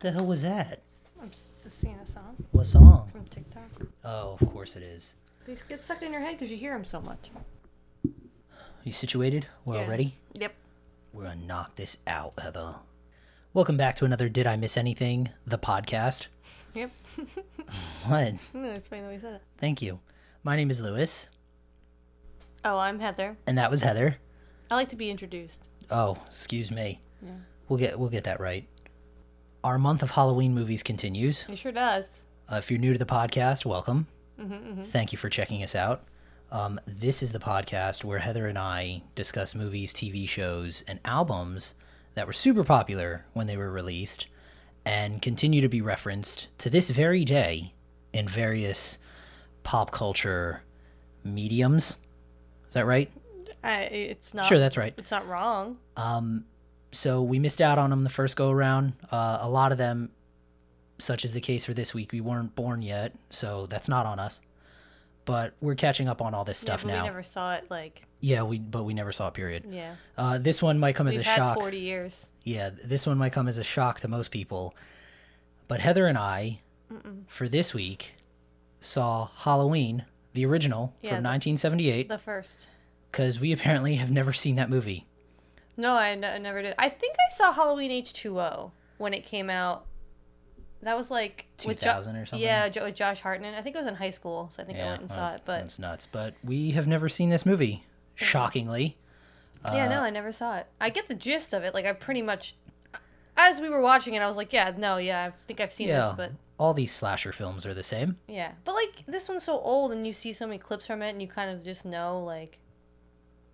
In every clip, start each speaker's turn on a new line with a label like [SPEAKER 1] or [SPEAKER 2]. [SPEAKER 1] The hell was that?
[SPEAKER 2] I'm s- just seeing a song
[SPEAKER 1] What song?
[SPEAKER 2] from TikTok.
[SPEAKER 1] Oh, of course it is.
[SPEAKER 2] They get stuck in your head because you hear them so much.
[SPEAKER 1] You situated? We're all
[SPEAKER 2] Yeah.
[SPEAKER 1] ready?
[SPEAKER 2] Yep.
[SPEAKER 1] We're gonna knock this out, Heather. Welcome back to another Did I Miss Anything? The podcast.
[SPEAKER 2] Yep.
[SPEAKER 1] What?
[SPEAKER 2] No, it's funny the way you said it.
[SPEAKER 1] Thank you. My name is Lewis,
[SPEAKER 2] Oh, I'm Heather.
[SPEAKER 1] and that was Heather.
[SPEAKER 2] I like to be introduced.
[SPEAKER 1] Oh, excuse me.
[SPEAKER 2] Yeah.
[SPEAKER 1] We'll get we'll get that right. Our month of Halloween movies continues.
[SPEAKER 2] It sure does.
[SPEAKER 1] Uh, if you're new to the podcast, welcome. Thank you for checking us out. Um, this is the podcast where Heather and I discuss movies, TV shows, and albums that were super popular when they were released and continue to be referenced to this very day in various pop culture mediums. Is that right?
[SPEAKER 2] I, it's not.
[SPEAKER 1] Sure, that's right.
[SPEAKER 2] It's not wrong.
[SPEAKER 1] so we missed out on them the first go around. Uh, a lot of them, such is the case for this week, we weren't born yet, so that's not on us. But we're catching up on all this stuff
[SPEAKER 2] yeah, but
[SPEAKER 1] now.
[SPEAKER 2] We never saw it. Like,
[SPEAKER 1] yeah, we but we never saw a period.
[SPEAKER 2] yeah.
[SPEAKER 1] Uh, this one might come as
[SPEAKER 2] We've
[SPEAKER 1] a
[SPEAKER 2] had
[SPEAKER 1] shock.
[SPEAKER 2] 40 years.
[SPEAKER 1] Yeah, this one might come as a shock to most people. But Heather and I, for this week, saw Halloween, the original
[SPEAKER 2] Yeah,
[SPEAKER 1] from
[SPEAKER 2] the-
[SPEAKER 1] 1978,
[SPEAKER 2] The first.
[SPEAKER 1] because we apparently have never seen that movie.
[SPEAKER 2] No, I n- I never did. I think I saw Halloween H2O when it came out. That was like with Jo-
[SPEAKER 1] 2000 or something?
[SPEAKER 2] Yeah, jo- with Josh Hartnett. I think it was in high school, so I think I went and
[SPEAKER 1] that's-
[SPEAKER 2] saw it. But
[SPEAKER 1] that's nuts. But we have never seen this movie. Shockingly, Uh,
[SPEAKER 2] yeah, no, I never saw it. I get the gist of it. Like I pretty much, as we were watching it, I was like, yeah, no, yeah, I think I've seen
[SPEAKER 1] yeah.
[SPEAKER 2] this, but
[SPEAKER 1] All these slasher films are the same.
[SPEAKER 2] yeah, but like this one's so old, and you see so many clips from it, and you kind of just know, like,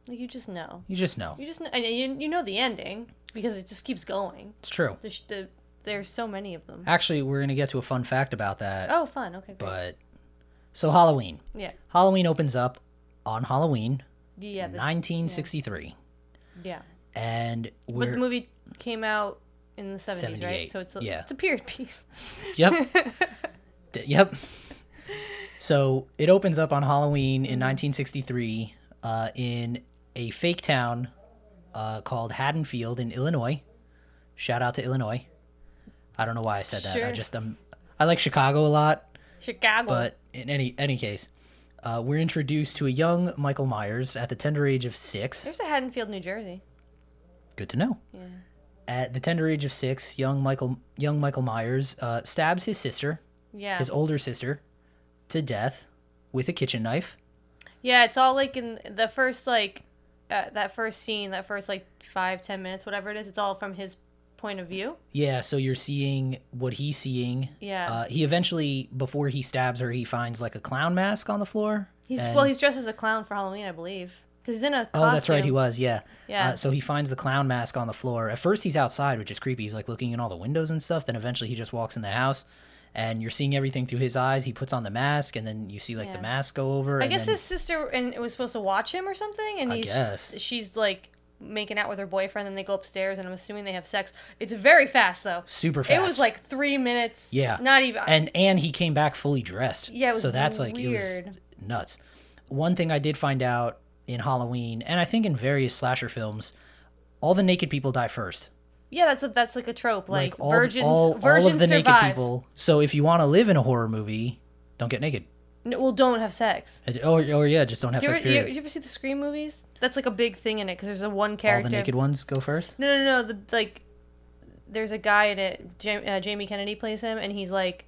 [SPEAKER 2] like you just know,
[SPEAKER 1] You just know
[SPEAKER 2] you just know, and you, you know the ending because it just keeps going.
[SPEAKER 1] it's true.
[SPEAKER 2] The, sh- the, there's so many of them.
[SPEAKER 1] Actually, we're gonna get to a fun fact about that.
[SPEAKER 2] Oh, fun. Okay, great.
[SPEAKER 1] But so Halloween.
[SPEAKER 2] yeah,
[SPEAKER 1] Halloween opens up on Halloween,
[SPEAKER 2] yeah, the-
[SPEAKER 1] 1963,
[SPEAKER 2] yeah.
[SPEAKER 1] and
[SPEAKER 2] But the
[SPEAKER 1] we're
[SPEAKER 2] movie came out in the 70s, right?
[SPEAKER 1] 78,
[SPEAKER 2] So it's a,
[SPEAKER 1] yeah.
[SPEAKER 2] it's a period piece.
[SPEAKER 1] yep, D- yep. So it opens up on Halloween
[SPEAKER 2] Mm-hmm.
[SPEAKER 1] in 1963 uh, in a fake town uh, called Haddonfield in Illinois. Shout out to Illinois. I don't know why I said that. I
[SPEAKER 2] Sure.
[SPEAKER 1] just um, I like Chicago a lot.
[SPEAKER 2] Chicago.
[SPEAKER 1] But in any any case, uh, we're introduced to a young Michael Myers at the tender age of six.
[SPEAKER 2] There's a Haddonfield, New Jersey.
[SPEAKER 1] Good to know.
[SPEAKER 2] Yeah.
[SPEAKER 1] At the tender age of six, young Michael young Michael Myers uh, stabs his sister,
[SPEAKER 2] Yeah.
[SPEAKER 1] his older sister, to death with a kitchen knife.
[SPEAKER 2] Yeah, it's all like in the first like uh, that first scene, that first like five ten minutes, whatever it is. It's all from his point of view.
[SPEAKER 1] Yeah, so you're seeing what he's seeing.
[SPEAKER 2] Yeah.
[SPEAKER 1] Uh, he eventually, before he stabs her, he finds like a clown mask on the floor.
[SPEAKER 2] He's
[SPEAKER 1] and-
[SPEAKER 2] well, he's dressed as a clown for Halloween, I believe, because he's in a
[SPEAKER 1] Oh,
[SPEAKER 2] costume.
[SPEAKER 1] that's right. He was, yeah.
[SPEAKER 2] Yeah.
[SPEAKER 1] Uh, so he finds the clown mask on the floor. At first, he's outside, which is creepy. He's like looking in all the windows and stuff. Then eventually, he just walks in the house, and you're seeing everything through his eyes. He puts on the mask, and then you see like
[SPEAKER 2] Yeah.
[SPEAKER 1] the mask go over.
[SPEAKER 2] I
[SPEAKER 1] and
[SPEAKER 2] guess
[SPEAKER 1] then,
[SPEAKER 2] his sister and was supposed to watch him or something, and
[SPEAKER 1] I
[SPEAKER 2] he's
[SPEAKER 1] guess.
[SPEAKER 2] she's like making out with her boyfriend, and they go upstairs, and I'm assuming they have sex. It's very fast though.
[SPEAKER 1] super
[SPEAKER 2] It
[SPEAKER 1] fast.
[SPEAKER 2] was like three minutes.
[SPEAKER 1] Yeah.
[SPEAKER 2] Not even.
[SPEAKER 1] and and he came back fully dressed.
[SPEAKER 2] Yeah, it was
[SPEAKER 1] so that's like it
[SPEAKER 2] weird.
[SPEAKER 1] was nuts. One thing I did find out in Halloween, and I think in various slasher films, all the naked people die first.
[SPEAKER 2] yeah, that's a, that's like a trope. Like,
[SPEAKER 1] all,
[SPEAKER 2] virgins,
[SPEAKER 1] all,
[SPEAKER 2] virgins
[SPEAKER 1] all of the
[SPEAKER 2] survive.
[SPEAKER 1] naked people. So if you want to live in a horror movie, don't get naked.
[SPEAKER 2] No, well, don't have sex.
[SPEAKER 1] Or, or oh, yeah, just don't have
[SPEAKER 2] Do you,
[SPEAKER 1] sex.
[SPEAKER 2] ever, you,
[SPEAKER 1] Period.
[SPEAKER 2] you ever see the Scream movies? That's like a big thing in it because there's a one
[SPEAKER 1] All
[SPEAKER 2] character.
[SPEAKER 1] the naked ones go first.
[SPEAKER 2] No, no, no. The like, there's a guy in it. Jam, uh, Jamie Kennedy plays him, and he's like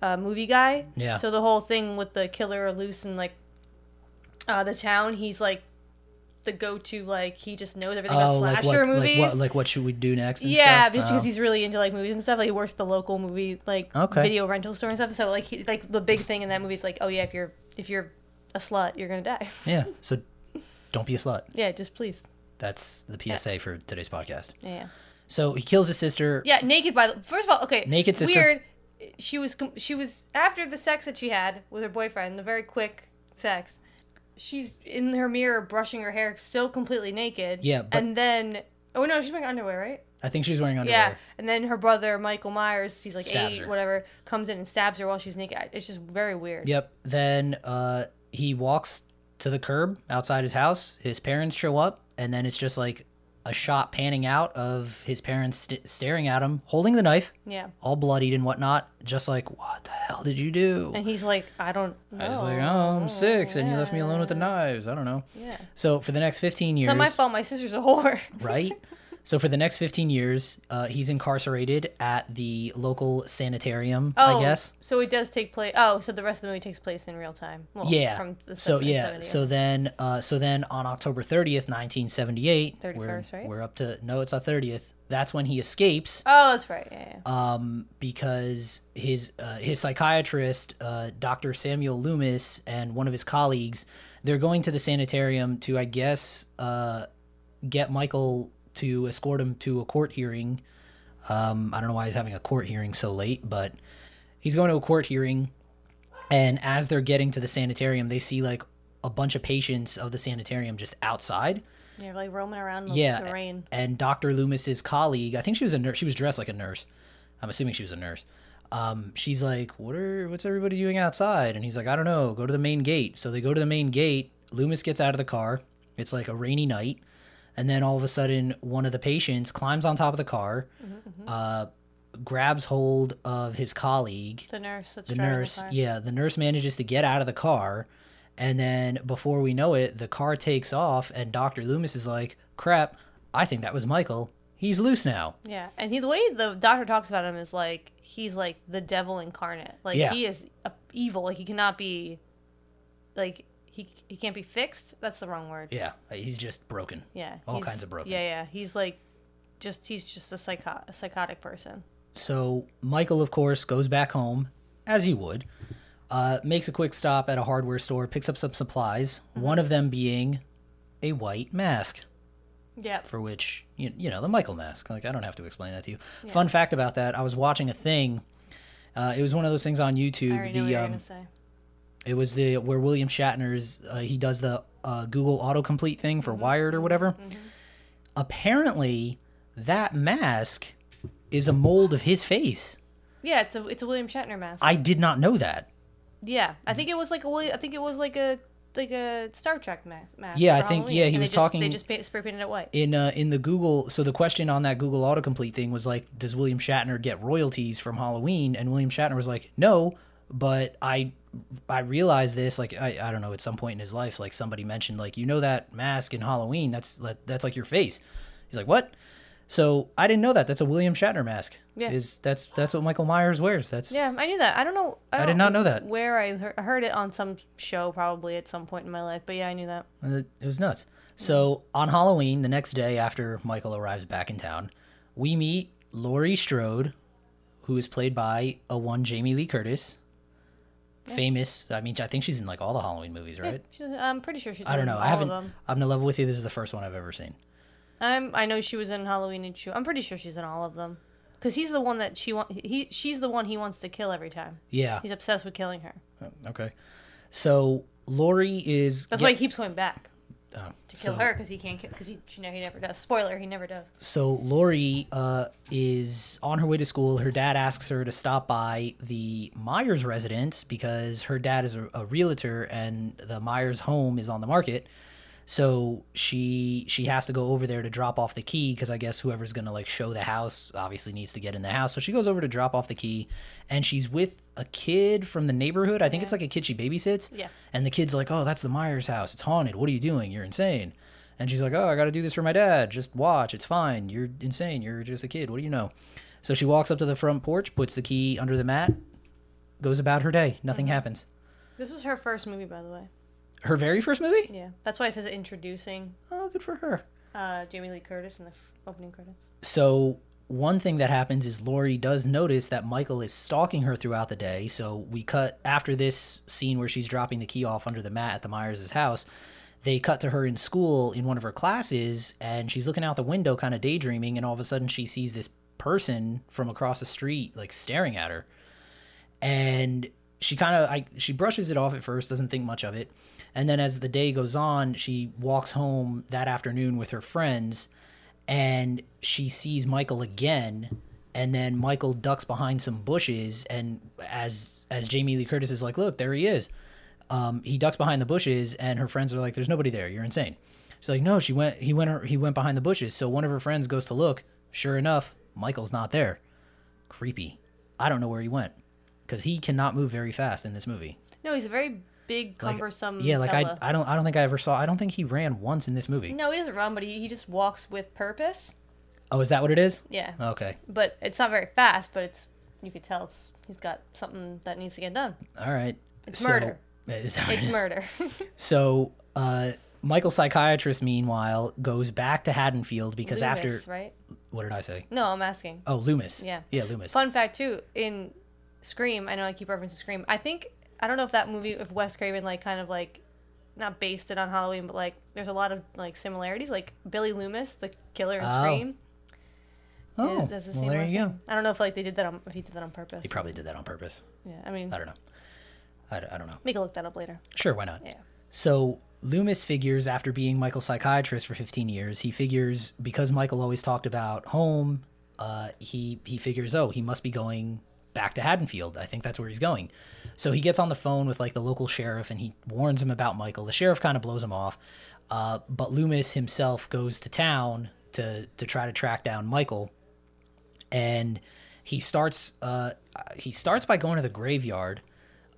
[SPEAKER 2] a movie guy.
[SPEAKER 1] Yeah.
[SPEAKER 2] So the whole thing with the killer loose in like uh, the town, he's like the go-to. Like he just knows everything
[SPEAKER 1] Oh,
[SPEAKER 2] about
[SPEAKER 1] like
[SPEAKER 2] slasher
[SPEAKER 1] what, like
[SPEAKER 2] movies.
[SPEAKER 1] what? Like what should we do next? And
[SPEAKER 2] yeah,
[SPEAKER 1] stuff?
[SPEAKER 2] just because
[SPEAKER 1] Oh.
[SPEAKER 2] he's really into like movies and stuff. Like he works at the local movie like
[SPEAKER 1] Okay.
[SPEAKER 2] video rental store and stuff. So like he, like the big thing in that movie is like, oh yeah, if you're if you're a slut, you're gonna die.
[SPEAKER 1] yeah. So don't be a slut.
[SPEAKER 2] yeah, just please.
[SPEAKER 1] That's the PSA for today's podcast.
[SPEAKER 2] Yeah.
[SPEAKER 1] So he kills his sister.
[SPEAKER 2] Yeah, naked by the first of all, okay.
[SPEAKER 1] Naked sister.
[SPEAKER 2] Weird. She was com- she was after the sex that she had with her boyfriend, the very quick sex. She's in her mirror brushing her hair, still completely naked.
[SPEAKER 1] Yeah, but-
[SPEAKER 2] and then oh no, she's wearing underwear, right?
[SPEAKER 1] I think she was wearing underwear.
[SPEAKER 2] Yeah, and then her brother Michael Myers, he's like
[SPEAKER 1] Stabs
[SPEAKER 2] eight,
[SPEAKER 1] her.
[SPEAKER 2] whatever, comes in and stabs her while she's naked. I- It's just very weird.
[SPEAKER 1] Yep. Then uh, he walks to the curb outside his house. His parents show up, and then it's just like a shot panning out of his parents st- staring at him, holding the knife,
[SPEAKER 2] Yeah.
[SPEAKER 1] all bloodied and whatnot, just like, what the hell did you do?
[SPEAKER 2] And he's like, I don't know.
[SPEAKER 1] I was like, oh, I'm six, and you left me alone with the knives. I don't know.
[SPEAKER 2] Oh. Yeah.
[SPEAKER 1] So for the next 15 years,
[SPEAKER 2] It's not my fault. My sister's a whore.
[SPEAKER 1] right? So for the next 15 years, uh, he's incarcerated at the local sanitarium,
[SPEAKER 2] Oh,
[SPEAKER 1] I guess.
[SPEAKER 2] So it does take place. Oh, so the rest of the movie takes place in real time. Well,
[SPEAKER 1] Yeah.
[SPEAKER 2] From the
[SPEAKER 1] so
[SPEAKER 2] 70s,
[SPEAKER 1] yeah.
[SPEAKER 2] 70s.
[SPEAKER 1] So then, uh, so then on October 30th, 1978, we're,
[SPEAKER 2] 31st, right?
[SPEAKER 1] we're up to no, it's our 30th. That's when he escapes.
[SPEAKER 2] Oh, that's right. Yeah. yeah.
[SPEAKER 1] um, because his uh, his psychiatrist, uh, Dr. Samuel Loomis, and one of his colleagues, they're going to the sanitarium to, I guess, uh, get Michael to escort him to a court hearing. Um, I don't know why he's having a court hearing so late, but he's going to a court hearing. And as they're getting to the sanitarium, they see like a bunch of patients of the sanitarium just outside.
[SPEAKER 2] You're like roaming around in the,
[SPEAKER 1] Yeah.
[SPEAKER 2] the rain.
[SPEAKER 1] And Dr. Loomis's colleague, I think she was a nurse. She was dressed like a nurse. I'm assuming she was a nurse. Um, she's like, "What are what's everybody doing outside?" And he's like, "I don't know. Go to the main gate." So they go to the main gate. Loomis gets out of the car. It's like a rainy night, and then all of a sudden, one of the patients climbs on top of the car, uh, grabs hold of his colleague,
[SPEAKER 2] The nurse. That's
[SPEAKER 1] the
[SPEAKER 2] driving
[SPEAKER 1] nurse
[SPEAKER 2] The car.
[SPEAKER 1] yeah the nurse manages to get out of the car and then before we know it the car takes off and dr loomis is like crap i think that was michael he's loose now
[SPEAKER 2] Yeah, and he the way the doctor talks about him is like he's like the devil incarnate. Like
[SPEAKER 1] Yeah.
[SPEAKER 2] he is a, evil. Like he cannot be, like he he can't be fixed. That's the wrong word.
[SPEAKER 1] yeah he's just broken
[SPEAKER 2] Yeah.
[SPEAKER 1] All
[SPEAKER 2] he's-
[SPEAKER 1] kinds of broken.
[SPEAKER 2] Yeah, yeah. He's like, just he's just a psycho a psychotic person.
[SPEAKER 1] so michael of course goes back home as he would uh, makes a quick stop at a hardware store picks up some supplies
[SPEAKER 2] Mm-hmm.
[SPEAKER 1] one of them being a white mask
[SPEAKER 2] Yeah.
[SPEAKER 1] for which you, you know the Michael mask. Like I don't have to explain that to you. Fun fact about that: I was watching a thing. Uh, it was one of those things on
[SPEAKER 2] I
[SPEAKER 1] YouTube.
[SPEAKER 2] already know what
[SPEAKER 1] The
[SPEAKER 2] you're
[SPEAKER 1] um,
[SPEAKER 2] gonna say.
[SPEAKER 1] it was the where William Shatner's uh, he does the uh, Google autocomplete thing
[SPEAKER 2] Mm-hmm.
[SPEAKER 1] for Wired or whatever. Apparently, that mask is a mold of his face.
[SPEAKER 2] Yeah, it's a it's a William Shatner mask.
[SPEAKER 1] I did not know that.
[SPEAKER 2] yeah,
[SPEAKER 1] Mm-hmm.
[SPEAKER 2] I think it was like a William. I think it was like a like a Star Trek ma- mask.
[SPEAKER 1] Yeah, I
[SPEAKER 2] for
[SPEAKER 1] think-
[SPEAKER 2] Halloween,
[SPEAKER 1] yeah, he
[SPEAKER 2] and they
[SPEAKER 1] was
[SPEAKER 2] just-
[SPEAKER 1] talking-
[SPEAKER 2] They just paint, spray painted it white.
[SPEAKER 1] in uh, in the Google. So the question on that Google autocomplete thing was like, does William Shatner get royalties from Halloween? And William Shatner was like, no, but I I realized this like I, I don't know at some point in his life like somebody mentioned like you know that mask in Halloween that's that, that's like your face. He's like what? So I didn't know that. That's a William Shatner mask.
[SPEAKER 2] Yeah.
[SPEAKER 1] Is that's that's what Michael Myers wears. That's
[SPEAKER 2] Yeah, I knew that. I don't know. I,
[SPEAKER 1] did
[SPEAKER 2] don't
[SPEAKER 1] not know that.
[SPEAKER 2] Where I heard, I heard it on some show, probably at some point in my life. But yeah, I knew that.
[SPEAKER 1] Uh, It was nuts. So on Halloween, the next day after Michael arrives back in town, we meet Laurie Strode, who is played by a one Jamie Lee Curtis, famous. I mean, I think she's in like all the Halloween movies, right?
[SPEAKER 2] She- I'm pretty sure she's.
[SPEAKER 1] I don't know.
[SPEAKER 2] All
[SPEAKER 1] I haven't.
[SPEAKER 2] Of them.
[SPEAKER 1] I'm gonna level with you. This is the first one I've ever seen.
[SPEAKER 2] I'm. I know she was in Halloween and Chew. I'm pretty sure she's in all of them, because he's the one that she want. He. She's the one he wants to kill every time.
[SPEAKER 1] Yeah.
[SPEAKER 2] He's obsessed with killing her.
[SPEAKER 1] Okay. So Laurie is.
[SPEAKER 2] That's
[SPEAKER 1] yeah,
[SPEAKER 2] why he keeps going back
[SPEAKER 1] oh,
[SPEAKER 2] to kill
[SPEAKER 1] so-
[SPEAKER 2] her, because he can't. Because he. You know, he never does. Spoiler: He never does.
[SPEAKER 1] So Lori uh, is on her way to school. Her dad asks her to stop by the Myers residence because her dad is a, a realtor and the Myers home is on the market. So she she has to go over there to drop off the key because I guess whoever's gonna like show the house obviously needs to get in the house. So she goes over to drop off the key, and she's with a kid from the neighborhood. I think it's like a kid she babysits.
[SPEAKER 2] Yeah.
[SPEAKER 1] And the kid's like, "Oh, that's the Myers house. It's haunted. What are you doing? You're insane." And she's like, "Oh, I got to do this for my dad. Just watch. It's fine. You're insane. You're just a kid. What do you know?" So she walks up to the front porch, puts the key under the mat, goes about her day. Nothing
[SPEAKER 2] Mm-hmm.
[SPEAKER 1] happens.
[SPEAKER 2] This was her first movie, by the way.
[SPEAKER 1] Her very first movie?
[SPEAKER 2] Yeah, that's why it says introducing
[SPEAKER 1] Oh, good for her.
[SPEAKER 2] uh, Jamie Lee Curtis in the f- opening credits.
[SPEAKER 1] So one thing that happens is Lori does notice that Michael is stalking her throughout the day. So we cut after this scene where she's dropping the key off under the mat at the Myers' house. They cut to her in school in one of her classes, and she's looking out the window, kind of daydreaming. And all of a sudden, she sees this person from across the street, like staring at her. And she kind of, I she brushes it off at first, doesn't think much of it. And then as the day goes on, she walks home that afternoon with her friends, and she sees Michael again and then Michael ducks behind some bushes and as as Jamie Lee Curtis is like, "Look, there he is." Um, he ducks behind the bushes and her friends are like, "There's nobody there. You're insane." She's like, no, she went. He went. He went behind the bushes. So one of her friends goes to look. Sure enough, Michael's not there. Creepy. I don't know where he went because he cannot move very fast in this movie.
[SPEAKER 2] No, he's a very big,
[SPEAKER 1] Like,
[SPEAKER 2] cumbersome.
[SPEAKER 1] yeah, like
[SPEAKER 2] fella.
[SPEAKER 1] I, I don't, I don't think I ever saw. I don't think he ran once in this movie.
[SPEAKER 2] No, he doesn't run, but he, he just walks with purpose.
[SPEAKER 1] Oh, is that what it is?
[SPEAKER 2] Yeah.
[SPEAKER 1] Okay.
[SPEAKER 2] But it's not very fast, but it's you could tell it's, he's got something that needs to get done.
[SPEAKER 1] All right. It's
[SPEAKER 2] murder.
[SPEAKER 1] Is that what
[SPEAKER 2] It's
[SPEAKER 1] it is?
[SPEAKER 2] murder.
[SPEAKER 1] So, uh, Michael's psychiatrist, meanwhile, goes back to Haddonfield because after
[SPEAKER 2] Loomis, right?
[SPEAKER 1] what did I say?
[SPEAKER 2] No, I'm asking.
[SPEAKER 1] Oh, Loomis.
[SPEAKER 2] Yeah.
[SPEAKER 1] Yeah, Loomis.
[SPEAKER 2] Fun fact too, in Scream, I know I keep referencing Scream. I think I don't know if that movie if Wes Craven like kind of like not based it on Halloween, but like there's a lot of like similarities. Like Billy Loomis, the killer in
[SPEAKER 1] Oh.
[SPEAKER 2] Scream.
[SPEAKER 1] oh,
[SPEAKER 2] is- uh, does the
[SPEAKER 1] well,
[SPEAKER 2] same
[SPEAKER 1] there
[SPEAKER 2] last
[SPEAKER 1] you go.
[SPEAKER 2] name. I don't know if like they did that on if he did that on purpose.
[SPEAKER 1] He probably did that on purpose.
[SPEAKER 2] Yeah, I mean,
[SPEAKER 1] I don't know. I, d- I don't know.
[SPEAKER 2] we can look that up later.
[SPEAKER 1] Sure, why not?
[SPEAKER 2] Yeah.
[SPEAKER 1] So Loomis figures after being Michael's psychiatrist for 15 years, he figures because Michael always talked about home, uh, he he figures oh he must be going back to Haddonfield. I think that's where he's going. So he gets on the phone with like the local sheriff and he warns him about Michael. The sheriff kind of blows him off, uh, but Loomis himself goes to town to to try to track down Michael and he starts uh, he starts by going to the graveyard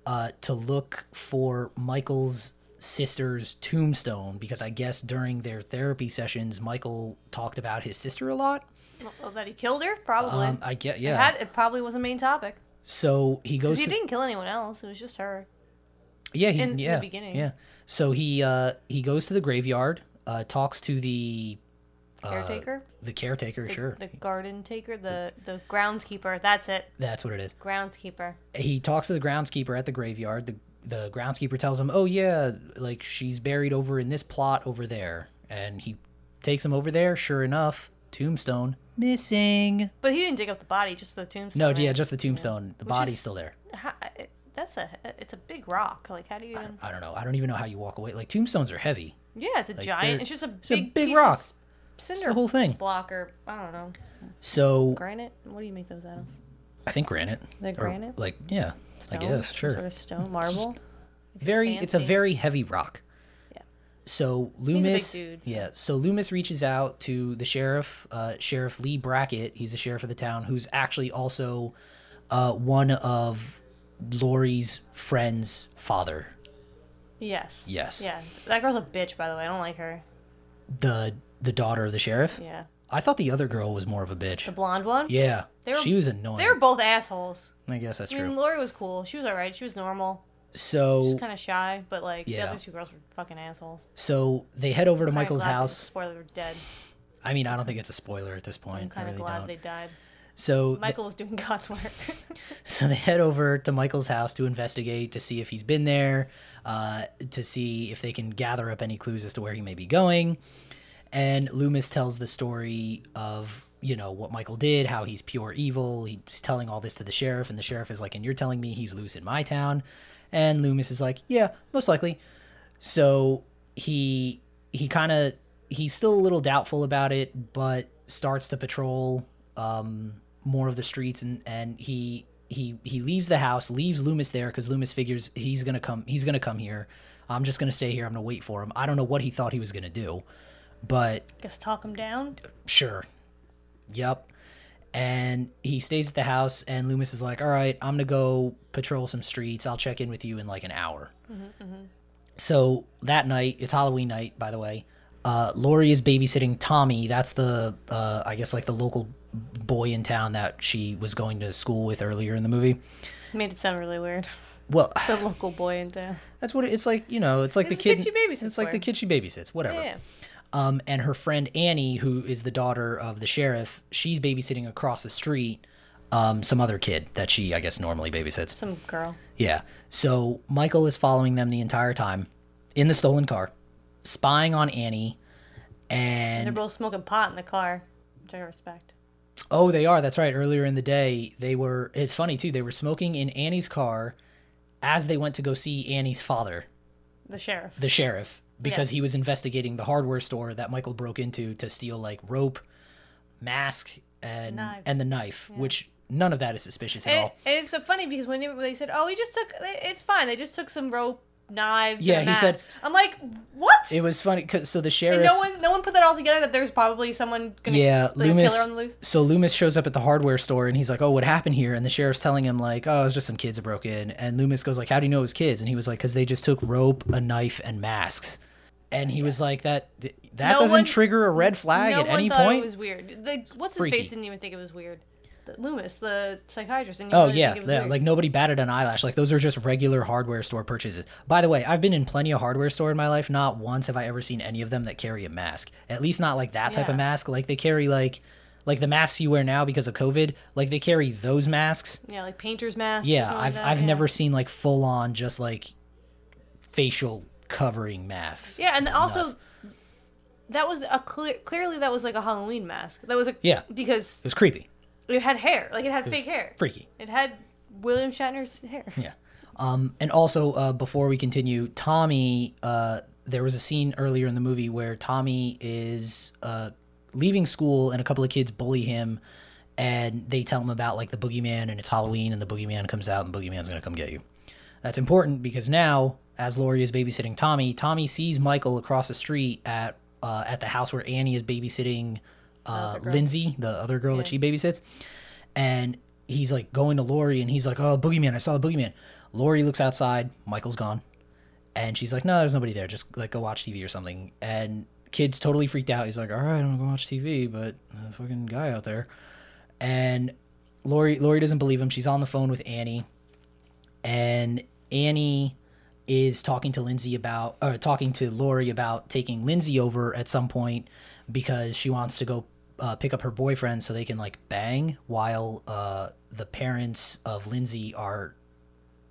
[SPEAKER 1] uh, to look for Michael's sister's tombstone because I guess during their therapy sessions Michael talked about his sister a lot.
[SPEAKER 2] Well, that he killed her, probably.
[SPEAKER 1] Um, I get yeah.
[SPEAKER 2] It had it probably was a main topic.
[SPEAKER 1] so he goes.
[SPEAKER 2] 'Cause he
[SPEAKER 1] to-
[SPEAKER 2] didn't kill anyone else. It was just her.
[SPEAKER 1] Yeah, he,
[SPEAKER 2] in the
[SPEAKER 1] yeah,
[SPEAKER 2] beginning.
[SPEAKER 1] Yeah. So he uh, he goes to the graveyard, uh, talks to the
[SPEAKER 2] Caretaker,
[SPEAKER 1] the caretaker. Uh, sure,
[SPEAKER 2] the garden taker, the the groundskeeper. That's it.
[SPEAKER 1] that's what it is.
[SPEAKER 2] Groundskeeper.
[SPEAKER 1] he talks to the groundskeeper at the graveyard. The the groundskeeper tells him, "Oh yeah, like she's buried over in this plot over there." And he takes him over there. Sure enough, tombstone missing.
[SPEAKER 2] But he didn't dig up the body, just the tombstone.
[SPEAKER 1] No,
[SPEAKER 2] right?
[SPEAKER 1] yeah, just the tombstone. The body's
[SPEAKER 2] is-
[SPEAKER 1] still there.
[SPEAKER 2] How, it- that's a it's a big rock. Like how do you even?
[SPEAKER 1] I don't know. I don't even know how you walk away. Like tombstones are heavy.
[SPEAKER 2] Yeah, it's a giant.
[SPEAKER 1] they're-
[SPEAKER 2] It's just a
[SPEAKER 1] a
[SPEAKER 2] big,
[SPEAKER 1] big
[SPEAKER 2] piece Of
[SPEAKER 1] rock.
[SPEAKER 2] s- cinder
[SPEAKER 1] the whole thing.
[SPEAKER 2] block or I don't know
[SPEAKER 1] So
[SPEAKER 2] granite. What do you make those out of?
[SPEAKER 1] I think granite.
[SPEAKER 2] Like
[SPEAKER 1] Or,
[SPEAKER 2] granite?
[SPEAKER 1] Like yeah,
[SPEAKER 2] Stone,
[SPEAKER 1] I guess
[SPEAKER 2] Some
[SPEAKER 1] sure.
[SPEAKER 2] Sort of stone, marble.
[SPEAKER 1] very it's a
[SPEAKER 2] fancy.
[SPEAKER 1] very heavy rock
[SPEAKER 2] Yeah.
[SPEAKER 1] so loomis
[SPEAKER 2] dude, so-
[SPEAKER 1] yeah so loomis reaches out to the sheriff uh, sheriff lee brackett he's the sheriff of the town who's actually also uh, one of lori's friend's father
[SPEAKER 2] Yes.
[SPEAKER 1] Yes.
[SPEAKER 2] Yeah, that girl's a bitch. By the way, I don't like her.
[SPEAKER 1] the the daughter of the sheriff
[SPEAKER 2] Yeah,
[SPEAKER 1] i thought the other girl was more of a bitch
[SPEAKER 2] the blonde one.
[SPEAKER 1] yeah
[SPEAKER 2] They were-
[SPEAKER 1] she was annoying
[SPEAKER 2] They were both assholes.
[SPEAKER 1] i guess that's
[SPEAKER 2] I mean,
[SPEAKER 1] true
[SPEAKER 2] Lori was cool. She was alright. She was normal.
[SPEAKER 1] so
[SPEAKER 2] She's kind of shy, but like
[SPEAKER 1] Yeah.
[SPEAKER 2] the other two girls were fucking assholes.
[SPEAKER 1] so they head over to
[SPEAKER 2] I'm
[SPEAKER 1] michael's
[SPEAKER 2] glad they-
[SPEAKER 1] house
[SPEAKER 2] Spoiler: they're dead.
[SPEAKER 1] i mean i don't think it's a spoiler at this point
[SPEAKER 2] I'm
[SPEAKER 1] i
[SPEAKER 2] kind of
[SPEAKER 1] really
[SPEAKER 2] glad
[SPEAKER 1] don't
[SPEAKER 2] they died.
[SPEAKER 1] so the-
[SPEAKER 2] Michael was doing God's work.
[SPEAKER 1] So they head over to Michael's house to investigate to see if he's been there, uh, to see if they can gather up any clues as to where he may be going. And Loomis tells the story of, you know, what Michael did, how he's pure evil. He's telling all this to the sheriff, and the sheriff is like, and you're telling me he's loose in my town. And Loomis is like, yeah, most likely. So he he kind of he's still a little doubtful about it, but starts to patrol um, more of the streets, and and he he he leaves the house, leaves Loomis there because Loomis figures he's gonna come he's gonna come here. I'm just gonna stay here. I'm gonna wait for him. I don't know what he thought he was gonna do, but
[SPEAKER 2] Guess talk him down.
[SPEAKER 1] sure. Yep. And he stays at the house, and Loomis is like, "All right, I'm gonna go patrol some streets. I'll check in with you in like an hour." So that night, it's Halloween night, by the way. Uh, Lori is babysitting Tommy. That's the, uh, I guess, like the local boy in town that she was going to school with earlier in the movie.
[SPEAKER 2] Made it sound really weird.
[SPEAKER 1] Well,
[SPEAKER 2] The local boy in town.
[SPEAKER 1] that's what it- it's like. You know, it's like
[SPEAKER 2] It's
[SPEAKER 1] the kid.
[SPEAKER 2] the kid she babysits
[SPEAKER 1] It's like
[SPEAKER 2] for.
[SPEAKER 1] the kid she babysits. Whatever.
[SPEAKER 2] Yeah.
[SPEAKER 1] um, and her friend Annie, who is the daughter of the sheriff, she's babysitting across the street um, some other kid that she, I guess, normally babysits.
[SPEAKER 2] Some girl.
[SPEAKER 1] Yeah. So Michael is following them the entire time in the stolen car, spying on Annie.
[SPEAKER 2] They're
[SPEAKER 1] And
[SPEAKER 2] both smoking pot in the car, which I respect.
[SPEAKER 1] oh, they are. That's right. Earlier in the day, they were. It's funny, too. They were smoking in Annie's car as they went to go see Annie's father,
[SPEAKER 2] The sheriff.
[SPEAKER 1] the sheriff, because he was investigating the hardware store that Michael broke into to steal like rope, mask, and
[SPEAKER 2] Knives.
[SPEAKER 1] and the knife, which none of that is suspicious at
[SPEAKER 2] And,
[SPEAKER 1] all.
[SPEAKER 2] and it's so funny because when they- when they said, "Oh, he just took," it's fine. They just took some rope knives. and
[SPEAKER 1] Yeah,
[SPEAKER 2] a
[SPEAKER 1] he
[SPEAKER 2] mask.
[SPEAKER 1] said-
[SPEAKER 2] I'm like, what?
[SPEAKER 1] It was funny because so the sheriff.
[SPEAKER 2] and no one, no one put that all together. That there's probably someone gonna
[SPEAKER 1] yeah,
[SPEAKER 2] like, a
[SPEAKER 1] Loomis.
[SPEAKER 2] killer on the loose.
[SPEAKER 1] So Loomis shows up at the hardware store and he's like, "Oh, what happened here?" And the sheriff's telling him like, "Oh, it was just some kids that broke in." And Loomis goes like, "How do you know it was kids?" And he was like, "Cause they just took rope, a knife, and masks." And he was like, "That th- that
[SPEAKER 2] No
[SPEAKER 1] doesn't
[SPEAKER 2] one-
[SPEAKER 1] trigger a red flag
[SPEAKER 2] no
[SPEAKER 1] at
[SPEAKER 2] one
[SPEAKER 1] any
[SPEAKER 2] thought
[SPEAKER 1] point."
[SPEAKER 2] it was weird. The, what's his
[SPEAKER 1] Freaky.
[SPEAKER 2] face didn't even think it was weird. The, Loomis, the psychiatrist. Didn't
[SPEAKER 1] Oh
[SPEAKER 2] even
[SPEAKER 1] yeah,
[SPEAKER 2] think it was
[SPEAKER 1] yeah.
[SPEAKER 2] weird.
[SPEAKER 1] Like nobody batted an eyelash. Like those are just regular hardware store purchases. By the way, I've been in plenty of hardware store in my life. Not once have I ever seen any of them that carry a mask. At least not like that type of
[SPEAKER 2] Yeah.
[SPEAKER 1] mask. Like they carry like, like the masks you wear now because of COVID. Like they carry those masks.
[SPEAKER 2] yeah, like painter's mask. or
[SPEAKER 1] Yeah,
[SPEAKER 2] something like
[SPEAKER 1] I've
[SPEAKER 2] that,
[SPEAKER 1] I've
[SPEAKER 2] yeah.
[SPEAKER 1] never seen like full on just like facial covering masks.
[SPEAKER 2] Yeah, and
[SPEAKER 1] It's
[SPEAKER 2] also
[SPEAKER 1] nuts.
[SPEAKER 2] that was a clear, clearly that was like a Halloween mask. That was a
[SPEAKER 1] Yeah.
[SPEAKER 2] because
[SPEAKER 1] it was creepy,
[SPEAKER 2] it had hair. Like it had fake hair.
[SPEAKER 1] freaky.
[SPEAKER 2] It had William Shatner's hair.
[SPEAKER 1] Yeah. Um, and also, uh, before we continue, Tommy, uh, there was a scene earlier in the movie where Tommy is uh, leaving school and a couple of kids bully him and they tell him about like the boogeyman and it's Halloween and the boogeyman comes out and boogeyman's going to come get you. That's important because now, as Lori is babysitting Tommy, Tommy sees Michael across the street at uh, at the house where Annie is babysitting uh, Lindsay, the other girl that she babysits, and he's like going to Lori and he's like, "Oh, boogeyman! I saw the boogeyman." Lori looks outside. Michael's gone, and she's like, "No, there's nobody there. Just like go watch TV or something." And kid's totally freaked out. He's like, "All right, I'm gonna go watch TV, but uh, fucking guy out there." And Lori Lori doesn't believe him. She's on the phone with Annie and Annie is talking to Lindsay about or talking to Lori about taking Lindsay over at some point because she wants to go uh, pick up her boyfriend so they can like bang while uh, the parents of Lindsay are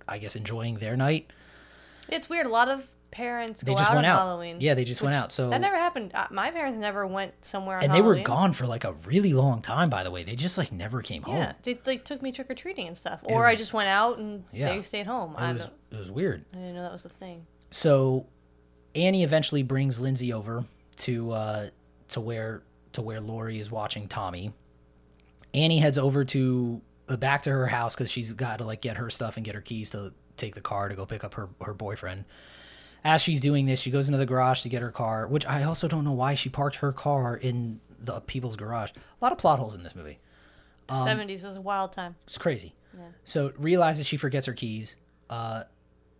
[SPEAKER 1] I guess enjoying their night.
[SPEAKER 2] It's weird. A lot of parents
[SPEAKER 1] They
[SPEAKER 2] go
[SPEAKER 1] just
[SPEAKER 2] out
[SPEAKER 1] went
[SPEAKER 2] on
[SPEAKER 1] out.
[SPEAKER 2] Halloween.
[SPEAKER 1] Yeah, they just went
[SPEAKER 2] which-
[SPEAKER 1] out, so-
[SPEAKER 2] that never happened. Uh, My parents never went somewhere on
[SPEAKER 1] And
[SPEAKER 2] Halloween.
[SPEAKER 1] they were gone for like a really long time by the way. They just like never came home.
[SPEAKER 2] Yeah, they like took me trick or treating and stuff, or I
[SPEAKER 1] was-
[SPEAKER 2] just went out and
[SPEAKER 1] Yeah.
[SPEAKER 2] they stayed home. I,
[SPEAKER 1] It was
[SPEAKER 2] don't,
[SPEAKER 1] it was weird.
[SPEAKER 2] I didn't know that was the thing.
[SPEAKER 1] so Annie eventually brings Lindsay over to uh, to where to where Lori is watching Tommy. Annie heads over to uh, back to her house because she's got to like get her stuff and get her keys to take the car to go pick up her her boyfriend. As she's doing this, she goes into the garage to get her car, which I also don't know why she parked her car in the people's garage. A lot of plot holes in this movie. Um,
[SPEAKER 2] Seventies was a wild time.
[SPEAKER 1] It's crazy. So realizes she forgets her keys. Uh,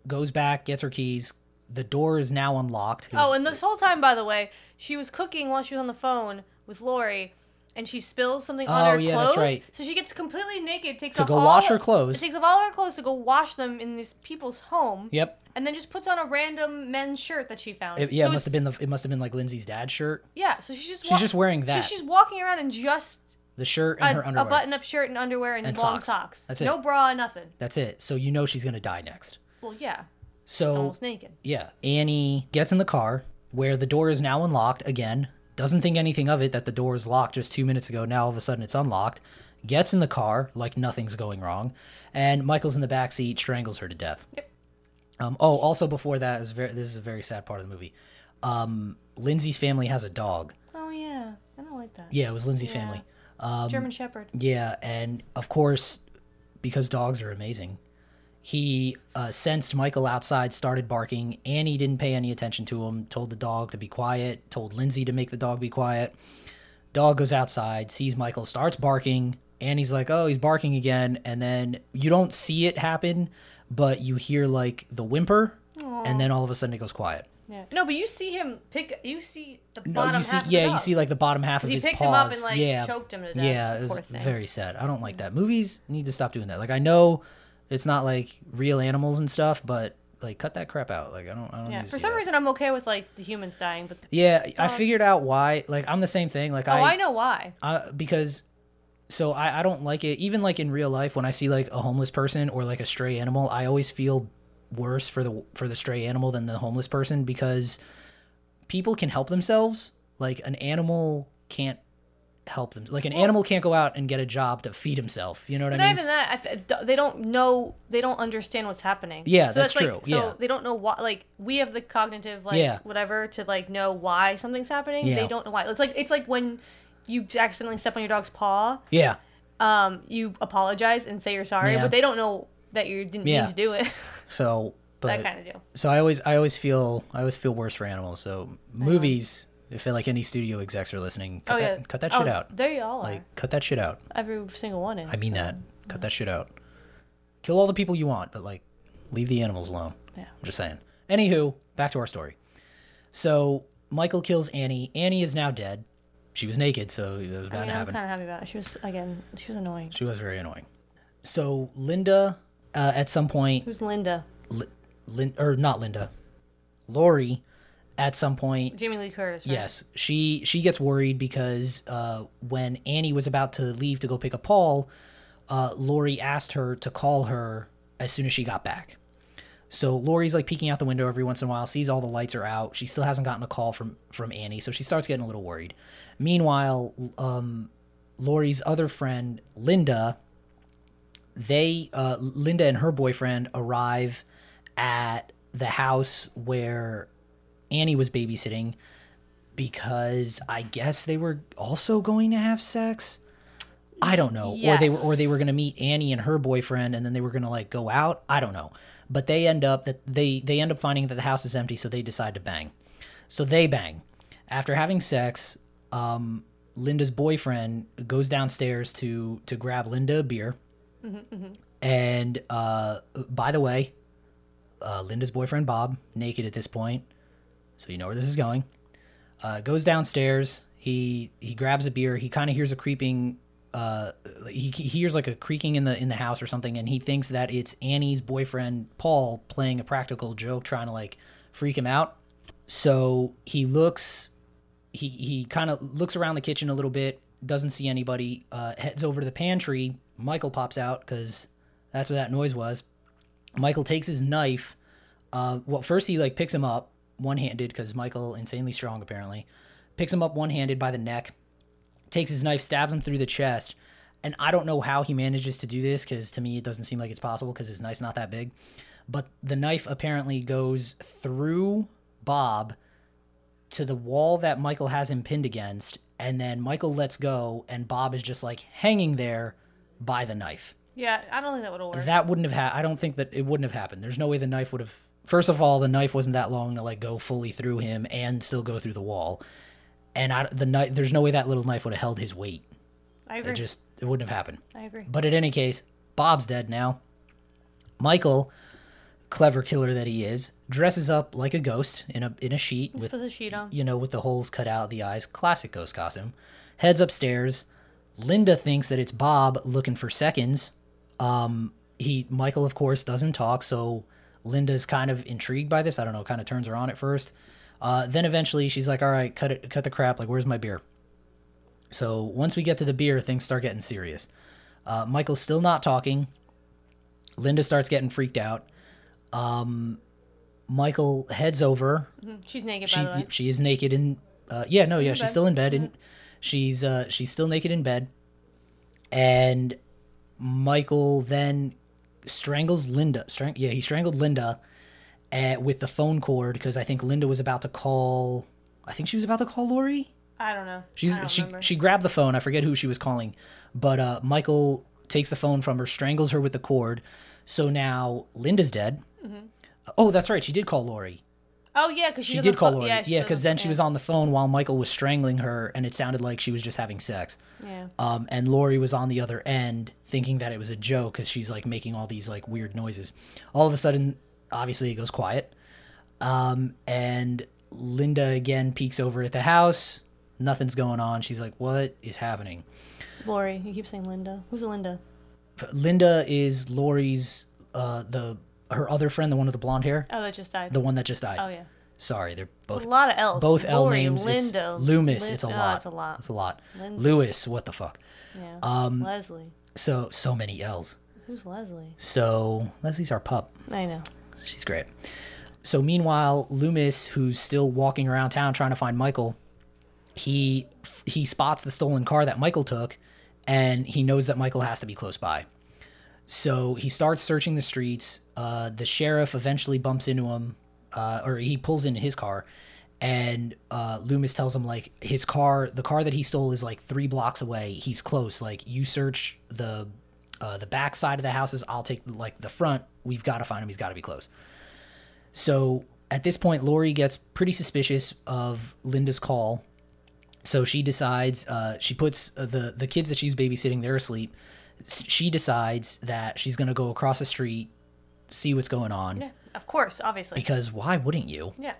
[SPEAKER 1] goes back, gets her keys. The door is now unlocked. 'cause-
[SPEAKER 2] Oh, and this whole time, by the way, she was cooking while she was on the phone with Lori, and she spills something on
[SPEAKER 1] Oh,
[SPEAKER 2] her
[SPEAKER 1] yeah,
[SPEAKER 2] clothes.
[SPEAKER 1] that's right.
[SPEAKER 2] So she gets completely naked, takes
[SPEAKER 1] To
[SPEAKER 2] off
[SPEAKER 1] go
[SPEAKER 2] all-
[SPEAKER 1] wash her clothes.
[SPEAKER 2] Takes off all her clothes to go wash them in these people's home.
[SPEAKER 1] Yep.
[SPEAKER 2] And then just puts on a random men's shirt that she found.
[SPEAKER 1] It- yeah,
[SPEAKER 2] So
[SPEAKER 1] it must
[SPEAKER 2] it's-
[SPEAKER 1] have been the it must have been like Lindsay's dad's shirt,
[SPEAKER 2] Yeah, so she's just
[SPEAKER 1] She's just wearing
[SPEAKER 2] she-
[SPEAKER 1] that.
[SPEAKER 2] she's walking around in just
[SPEAKER 1] the shirt and
[SPEAKER 2] a,
[SPEAKER 1] her underwear.
[SPEAKER 2] a button-up shirt and underwear and,
[SPEAKER 1] And
[SPEAKER 2] long
[SPEAKER 1] socks.
[SPEAKER 2] socks.
[SPEAKER 1] That's it.
[SPEAKER 2] no bra, nothing.
[SPEAKER 1] That's it. So you know she's gonna die next.
[SPEAKER 2] Well, yeah, it's
[SPEAKER 1] So
[SPEAKER 2] almost naked.
[SPEAKER 1] yeah, Annie gets in the car where the door is now unlocked again. Doesn't think anything of it that the door is locked just two minutes ago. Now all of a sudden it's unlocked. Gets in the car like nothing's going wrong, and Michael's in the back seat, strangles her to death.
[SPEAKER 2] Yep.
[SPEAKER 1] Um, oh, also before that is very this is a very sad part of the movie. Um, Lindsay's family has a dog.
[SPEAKER 2] Oh yeah, I don't like that.
[SPEAKER 1] Yeah, it was Lindsay's
[SPEAKER 2] Yeah.
[SPEAKER 1] family. Um,
[SPEAKER 2] German Shepherd.
[SPEAKER 1] Yeah, and of course, because dogs are amazing, he uh, sensed Michael outside, started barking. Annie didn't pay any attention to him, told the dog to be quiet, told Lindsay to make the dog be quiet. Dog goes outside, sees Michael, starts barking. Annie's like, oh, he's barking again. And then you don't see it happen, but you hear like the whimper, and then all of a sudden it goes quiet.
[SPEAKER 2] Yeah. No, but you see him pick. You see the
[SPEAKER 1] No,
[SPEAKER 2] bottom
[SPEAKER 1] you see,
[SPEAKER 2] half. Of the
[SPEAKER 1] yeah, you
[SPEAKER 2] dog.
[SPEAKER 1] see like the bottom half of
[SPEAKER 2] he
[SPEAKER 1] his
[SPEAKER 2] picked
[SPEAKER 1] paws.
[SPEAKER 2] him up and, like,
[SPEAKER 1] yeah,
[SPEAKER 2] choked him to death.
[SPEAKER 1] Yeah, it was
[SPEAKER 2] Poor thing.
[SPEAKER 1] very sad. I don't like that. Movies need to stop doing that. Like I know it's not like real animals and stuff, but like cut that crap out. Like I don't. I don't
[SPEAKER 2] Yeah.
[SPEAKER 1] need to
[SPEAKER 2] For
[SPEAKER 1] see
[SPEAKER 2] some
[SPEAKER 1] that.
[SPEAKER 2] reason, I'm okay with like the humans dying, but
[SPEAKER 1] Yeah, I figured out why. Like I'm the same thing. Like
[SPEAKER 2] oh, I,
[SPEAKER 1] I
[SPEAKER 2] know why.
[SPEAKER 1] I- because so I, I don't like it even like in real life when i see like a homeless person or like a stray animal i always feel worse for the for the stray animal than the homeless person because people can help themselves like an animal can't help them like an animal can't go out and get a job to feed himself you know what
[SPEAKER 2] But not
[SPEAKER 1] i mean
[SPEAKER 2] even that. I th- they don't know. They don't understand what's happening.
[SPEAKER 1] Yeah,
[SPEAKER 2] so
[SPEAKER 1] that's
[SPEAKER 2] like,
[SPEAKER 1] true,
[SPEAKER 2] So
[SPEAKER 1] yeah.
[SPEAKER 2] they don't know why. Like we have the cognitive, like
[SPEAKER 1] Yeah.
[SPEAKER 2] whatever, to like know why something's happening.
[SPEAKER 1] Yeah.
[SPEAKER 2] They don't know why. It's like it's like when you accidentally step on your dog's paw.
[SPEAKER 1] yeah
[SPEAKER 2] Um, you apologize and say you're sorry,
[SPEAKER 1] Yeah.
[SPEAKER 2] but they don't know that you didn't
[SPEAKER 1] Yeah.
[SPEAKER 2] mean to do it.
[SPEAKER 1] so
[SPEAKER 2] that
[SPEAKER 1] But
[SPEAKER 2] kind of deal.
[SPEAKER 1] so I always I always feel I always feel worse for animals. So movies, if like any studio execs are listening, cut
[SPEAKER 2] oh
[SPEAKER 1] that
[SPEAKER 2] yeah,
[SPEAKER 1] cut that
[SPEAKER 2] Oh,
[SPEAKER 1] shit out.
[SPEAKER 2] There you all are.
[SPEAKER 1] Like cut that shit out.
[SPEAKER 2] Every single one is.
[SPEAKER 1] I mean that. Cut that shit out. Kill all the people you want, but like leave the animals alone.
[SPEAKER 2] Yeah.
[SPEAKER 1] I'm just saying. Anywho, back to our story. So Michael kills Annie. Annie is now dead. She was naked, so it was bound
[SPEAKER 2] I mean,
[SPEAKER 1] to
[SPEAKER 2] I'm
[SPEAKER 1] happen.
[SPEAKER 2] kind of happy about it. She was again. She was annoying.
[SPEAKER 1] She was very annoying. So Linda, uh, at some point,
[SPEAKER 2] Who's Linda?
[SPEAKER 1] Li- Lin- or not Linda, Lori, at some point,
[SPEAKER 2] Jamie Lee Curtis. Right?
[SPEAKER 1] yes, she she gets worried because uh, when Annie was about to leave to go pick up Paul, uh, Lori asked her to call her as soon as she got back. So Lori's like peeking out the window every once in a while, sees all the lights are out. She still hasn't gotten a call from from Annie, so she starts getting a little worried. Meanwhile, um, Lori's other friend Linda, they uh, Linda and her boyfriend arrive at the house where Annie was babysitting because I guess they were also going to have sex. I don't know. Or they were or they were going to meet Annie and her boyfriend and then they were going to like go out. I don't know. But they end up that they they end up finding that the house is empty so they decide to bang. So they bang. After having sex, um Linda's boyfriend goes downstairs to to grab Linda a beer. And uh by the way, uh, Linda's boyfriend Bob, naked at this point, so you know where this is going. Uh, goes downstairs. He he grabs a beer. He kind of hears a creeping. Uh, he, he hears like a creaking in the in the house or something, and he thinks that it's Annie's boyfriend Paul playing a practical joke, trying to like freak him out. So he looks. He he kind of looks around the kitchen a little bit. Doesn't see anybody. Uh, heads over to the pantry. Michael pops out because that's what that noise was. Michael takes his knife. Uh, well, first he like picks him up one handed because Michael insanely strong apparently. Picks him up one handed by the neck, takes his knife, stabs him through the chest, and I don't know how he manages to do this because to me it doesn't seem like it's possible because his knife's not that big. But the knife apparently goes through Bob to the wall that Michael has him pinned against, and then Michael lets go, and Bob is just like hanging there by the knife
[SPEAKER 2] Yeah, I don't think that would have worked.
[SPEAKER 1] that wouldn't have ha- i don't think that it wouldn't have happened there's no way the knife would have first of all the knife wasn't that long to like go fully through him and still go through the wall and I, the knife there's no way that little knife would have held his weight
[SPEAKER 2] I
[SPEAKER 1] it
[SPEAKER 2] agree.
[SPEAKER 1] just it wouldn't have happened
[SPEAKER 2] I agree.
[SPEAKER 1] but in any case bob's dead now michael clever killer that he is dresses up like a ghost in a in a sheet with
[SPEAKER 2] Put the sheet on.
[SPEAKER 1] you know, with the holes cut out, the eyes, classic ghost costume. Heads upstairs. Linda thinks that it's Bob looking for seconds. Um, he Michael, of course, doesn't talk, so Linda's kind of intrigued by this. I don't know, kind of turns her on at first. Uh, then eventually she's like, "All right, cut it, cut the crap. Like, where's my beer?" So once we get to the beer, things start getting serious. Uh, Michael's still not talking. Linda starts getting freaked out. Um, Michael heads over
[SPEAKER 2] She's naked,
[SPEAKER 1] she
[SPEAKER 2] by the way.
[SPEAKER 1] she is naked in uh, yeah no yeah she's
[SPEAKER 2] bed. Mm-hmm.
[SPEAKER 1] still in bed and she's uh she's still naked in bed and michael then strangles linda strang- yeah he strangled linda uh with the phone cord because i think linda was about to call i think she was about to call lori
[SPEAKER 2] I don't know.
[SPEAKER 1] She's
[SPEAKER 2] I don't
[SPEAKER 1] she
[SPEAKER 2] remember.
[SPEAKER 1] she grabbed the phone. I forget who she was calling, but uh, Michael takes the phone from her, strangles her with the cord. So now Linda's dead.
[SPEAKER 2] Mm-hmm.
[SPEAKER 1] Oh, that's right. She did call Lori.
[SPEAKER 2] oh yeah, because
[SPEAKER 1] She did call Lori. Yeah, because then she was on the phone while Michael was strangling her, and it sounded like she was just having sex.
[SPEAKER 2] Yeah.
[SPEAKER 1] Um, and Lori was on the other end, thinking that it was a joke because she's like making all these like weird noises. All of a sudden, obviously, it goes quiet. Um, and Linda again peeks over at the house. Nothing's going on. She's like, "What is happening?"
[SPEAKER 2] Lori. You keep saying Linda. Who's Linda?
[SPEAKER 1] Linda is Lori's uh, the her other friend, the one with the blonde hair,
[SPEAKER 2] Oh, that just died.
[SPEAKER 1] the one that just died.
[SPEAKER 2] oh yeah.
[SPEAKER 1] Sorry, they're
[SPEAKER 2] A
[SPEAKER 1] both
[SPEAKER 2] lot of L's.
[SPEAKER 1] both L
[SPEAKER 2] Lori,
[SPEAKER 1] names.
[SPEAKER 2] Linda.
[SPEAKER 1] it's Loomis.
[SPEAKER 2] Lin-
[SPEAKER 1] it's a
[SPEAKER 2] oh,
[SPEAKER 1] lot.
[SPEAKER 2] It's a lot.
[SPEAKER 1] It's a lot.
[SPEAKER 2] Lindsay.
[SPEAKER 1] Lewis. What the fuck?
[SPEAKER 2] Yeah.
[SPEAKER 1] Um,
[SPEAKER 2] Leslie.
[SPEAKER 1] So so many L's.
[SPEAKER 2] Who's Leslie?
[SPEAKER 1] So Leslie's our pup.
[SPEAKER 2] I know.
[SPEAKER 1] She's great. So meanwhile, Loomis, who's still walking around town trying to find Michael, he he spots the stolen car that Michael took, and he knows that Michael has to be close by. So he starts searching the streets. Uh, the sheriff eventually bumps into him, uh, or he pulls into his car, and uh, Loomis tells him like his car, the car that he stole is like three blocks away. He's close. Like you search the uh, the back side of the houses, I'll take like the front. We've got to find him. He's got to be close. So at this point, Lori gets pretty suspicious of Linda's call. So she decides, uh, she puts uh, the, the kids that she's babysitting, they're asleep. S- She decides that she's going to go across the street, see what's going on.
[SPEAKER 2] Yeah, of course, obviously.
[SPEAKER 1] Because why wouldn't you?
[SPEAKER 2] yeah.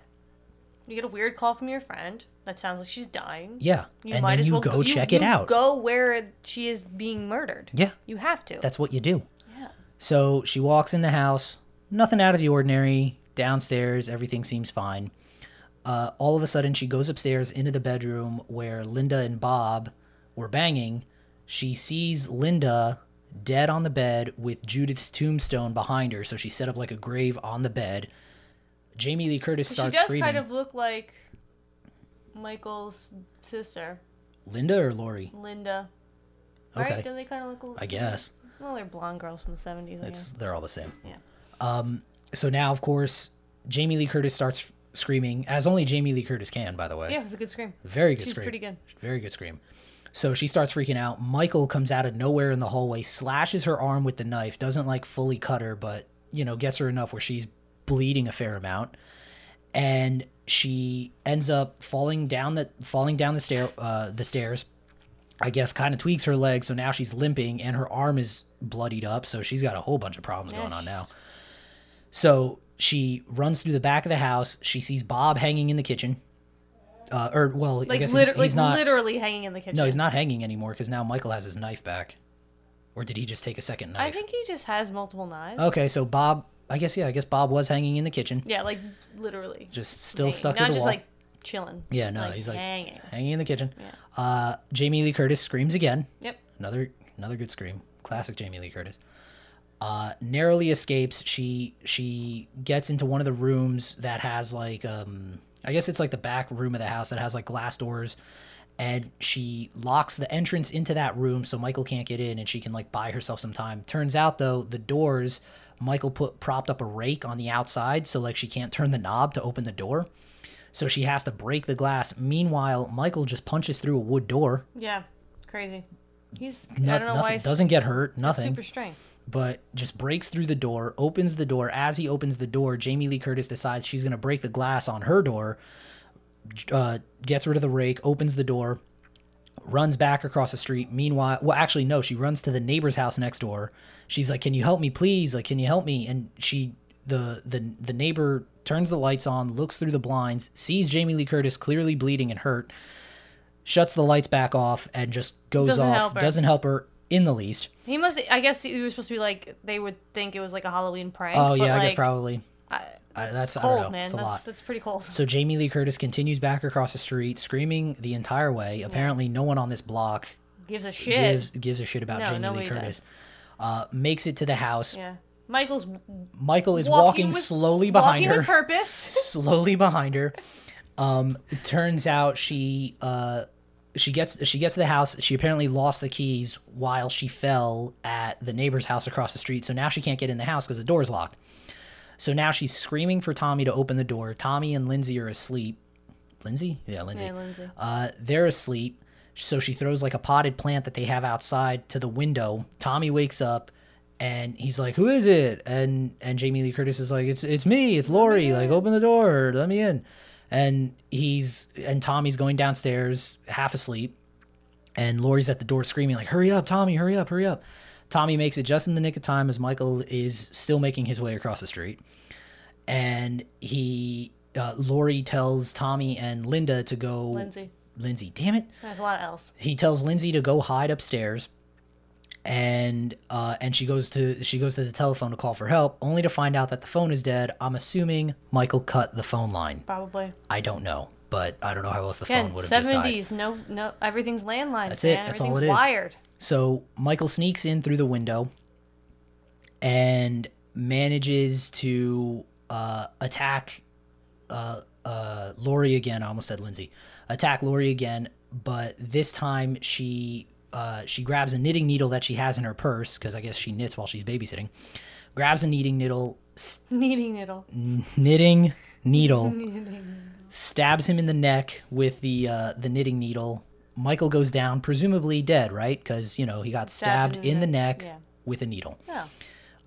[SPEAKER 2] You get a weird call from your friend. That sounds like she's dying.
[SPEAKER 1] Yeah.
[SPEAKER 2] You
[SPEAKER 1] and
[SPEAKER 2] might
[SPEAKER 1] then
[SPEAKER 2] as
[SPEAKER 1] you
[SPEAKER 2] well
[SPEAKER 1] go
[SPEAKER 2] you-
[SPEAKER 1] check it
[SPEAKER 2] you
[SPEAKER 1] out.
[SPEAKER 2] Go where she is being murdered.
[SPEAKER 1] yeah.
[SPEAKER 2] You have to.
[SPEAKER 1] That's what you do.
[SPEAKER 2] yeah.
[SPEAKER 1] So she walks in the house, nothing out of the ordinary. Downstairs, everything seems fine. Uh, all of a sudden, she goes upstairs into the bedroom where Linda and Bob were banging. She sees Linda dead on the bed with Judith's tombstone behind her, so she set up like a grave on the bed. Jamie Lee Curtis
[SPEAKER 2] She
[SPEAKER 1] starts
[SPEAKER 2] does
[SPEAKER 1] screaming.
[SPEAKER 2] kind of look like Michael's sister,
[SPEAKER 1] Linda or Lori?
[SPEAKER 2] Linda.
[SPEAKER 1] Okay,
[SPEAKER 2] Right? Do they kind of look? a little
[SPEAKER 1] I
[SPEAKER 2] similar?
[SPEAKER 1] guess
[SPEAKER 2] Well, they're blonde girls from the seventies. I
[SPEAKER 1] it's
[SPEAKER 2] guess.
[SPEAKER 1] they're all the same. Um,
[SPEAKER 2] Yeah.
[SPEAKER 1] So now, of course, Jamie Lee Curtis starts screaming, as only Jamie Lee Curtis can, by the way.
[SPEAKER 2] Yeah, it was a good scream.
[SPEAKER 1] Very good
[SPEAKER 2] She's
[SPEAKER 1] scream.
[SPEAKER 2] pretty good.
[SPEAKER 1] Very good scream. So she starts freaking out. Michael comes out of nowhere in the hallway, slashes her arm with the knife, doesn't like fully cut her, but you know, gets her enough where she's bleeding a fair amount. And she ends up falling down the falling down the stair uh, the stairs. I guess kind of tweaks her leg, so now she's limping and her arm is bloodied up, so she's got a whole bunch of problems going on now. So she runs through the back of the house. She sees Bob hanging in the kitchen. Uh, or well, I
[SPEAKER 2] Like,
[SPEAKER 1] guess
[SPEAKER 2] liter-
[SPEAKER 1] he's, he's
[SPEAKER 2] like
[SPEAKER 1] not.
[SPEAKER 2] literally hanging in the kitchen.
[SPEAKER 1] No, he's not hanging anymore because now Michael has his knife back. Or did he just take a second
[SPEAKER 2] I
[SPEAKER 1] knife?
[SPEAKER 2] think he just has multiple knives.
[SPEAKER 1] Okay, so Bob. I guess yeah. I guess Bob was hanging in the kitchen,
[SPEAKER 2] Yeah, like literally.
[SPEAKER 1] just still
[SPEAKER 2] hanging.
[SPEAKER 1] stuck
[SPEAKER 2] Not
[SPEAKER 1] to the
[SPEAKER 2] just
[SPEAKER 1] wall.
[SPEAKER 2] like chilling.
[SPEAKER 1] yeah, no, he's like
[SPEAKER 2] hanging.
[SPEAKER 1] hanging in the kitchen. Uh, Jamie Lee Curtis screams again.
[SPEAKER 2] Yep.
[SPEAKER 1] Another another good scream. Classic Jamie Lee Curtis. Uh, narrowly escapes. She she gets into one of the rooms that has like um I guess it's like the back room of the house that has like glass doors, and she locks the entrance into that room so Michael can't get in and she can like buy herself some time. Turns out though the doors Michael put propped up a rake on the outside so like she can't turn the knob to open the door. So she has to break the glass. Meanwhile, Michael just punches through a wood door.
[SPEAKER 2] Yeah. Crazy. He's.
[SPEAKER 1] No-
[SPEAKER 2] I don't know
[SPEAKER 1] nothing,
[SPEAKER 2] why. He's
[SPEAKER 1] doesn't get hurt, nothing,
[SPEAKER 2] super strength.
[SPEAKER 1] but just breaks through the door, opens the door. As he opens the door, Jamie Lee Curtis decides she's going to break the glass on her door, j- uh, gets rid of the rake, opens the door, runs back across the street. Meanwhile, well, actually, no, she runs to the neighbor's house next door. She's like, "Can you help me, please? Like, can you help me?" And she, the the the neighbor turns the lights on, looks through the blinds, sees Jamie Lee Curtis clearly bleeding and hurt, shuts the lights back off, and just goes
[SPEAKER 2] Doesn't
[SPEAKER 1] off.
[SPEAKER 2] help her.
[SPEAKER 1] Doesn't help her in the least.
[SPEAKER 2] He must. I guess he was supposed to be like they would think it was like a Halloween prank.
[SPEAKER 1] Oh
[SPEAKER 2] but,
[SPEAKER 1] yeah, I guess
[SPEAKER 2] like,
[SPEAKER 1] probably.
[SPEAKER 2] I-
[SPEAKER 1] I, that's I
[SPEAKER 2] cold,
[SPEAKER 1] don't know.
[SPEAKER 2] man.
[SPEAKER 1] It's a
[SPEAKER 2] that's,
[SPEAKER 1] lot.
[SPEAKER 2] that's pretty cold.
[SPEAKER 1] So Jamie Lee Curtis continues back across the street, screaming the entire way. Apparently, no one on this block
[SPEAKER 2] Gives a shit.
[SPEAKER 1] gives gives a shit about
[SPEAKER 2] No,
[SPEAKER 1] Jamie Lee
[SPEAKER 2] nobody does.
[SPEAKER 1] Curtis. Uh, makes it to the house.
[SPEAKER 2] Yeah. Michael's
[SPEAKER 1] Michael is walking,
[SPEAKER 2] walking, with,
[SPEAKER 1] slowly behind
[SPEAKER 2] walking
[SPEAKER 1] her.
[SPEAKER 2] with purpose.
[SPEAKER 1] slowly behind her. Um, it turns out she uh, she gets she gets to the house. She apparently lost the keys while she fell at the neighbor's house across the street. So now she can't get in the house because the door's locked. So now she's screaming for Tommy to open the door. Tommy and Lindsay are asleep. Lindsay? Yeah, Lindsay.
[SPEAKER 2] Yeah, Lindsay.
[SPEAKER 1] Uh, they're asleep, so she throws like a potted plant that they have outside to the window. Tommy wakes up, and he's like, "Who is it?" And and Jamie Lee Curtis is like, "It's it's me, it's Lori. Like, open the door, let me in." And he's and Tommy's going downstairs, half asleep, and Lori's at the door screaming like, "Hurry up, Tommy! Hurry up! Hurry up!" Tommy makes it just in the nick of time as Michael is still making his way across the street and he uh, Lori tells Tommy and Linda to go
[SPEAKER 2] Lindsay.
[SPEAKER 1] Lindsay, damn it.
[SPEAKER 2] There's a lot else.
[SPEAKER 1] He tells Lindsay to go hide upstairs and uh, and she goes to she goes to the telephone to call for help only to find out that the phone is dead. I'm assuming Michael cut the phone line.
[SPEAKER 2] Probably.
[SPEAKER 1] I don't know, but I don't know how else the
[SPEAKER 2] Again,
[SPEAKER 1] phone would have just died.
[SPEAKER 2] 70s. No, no. Everything's landline.
[SPEAKER 1] That's it,
[SPEAKER 2] Man.
[SPEAKER 1] that's all
[SPEAKER 2] everything's
[SPEAKER 1] it is.
[SPEAKER 2] wired.
[SPEAKER 1] So Michael sneaks in through the window and manages to uh, attack uh, uh, Lori again. I almost said Lindsay. Attack Lori again, but this time she uh, she grabs a knitting needle that she has in her purse because I guess she knits while she's babysitting. Grabs a knitting needle, s-
[SPEAKER 2] Needing needle.
[SPEAKER 1] knitting needle stabs him in the neck with the uh, the knitting needle. Michael goes down, presumably dead, right? Because you know he got stabbed in the neck
[SPEAKER 2] yeah.
[SPEAKER 1] with a needle. um,
[SPEAKER 2] No.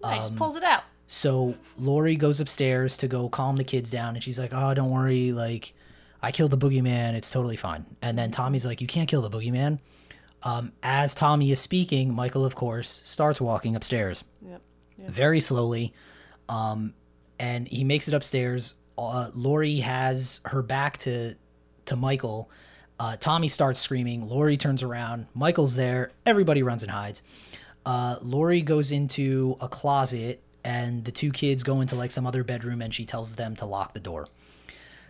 [SPEAKER 2] No, he just pulls it out.
[SPEAKER 1] So Lori goes upstairs to go calm the kids down, and she's like, "Oh, don't worry. Like, I killed the boogeyman. It's totally fine." And then Tommy's like, "You can't kill the boogeyman." Um, as Tommy is speaking, Michael, of course, starts walking upstairs
[SPEAKER 2] Yep.
[SPEAKER 1] very slowly, um, and he makes it upstairs. Uh, Lori has her back to to Michael. Uh, Tommy starts screaming. Lori turns around. Michael's there. Everybody runs and hides. Uh, Lori goes into a closet, and the two kids go into like some other bedroom, and she tells them to lock the door.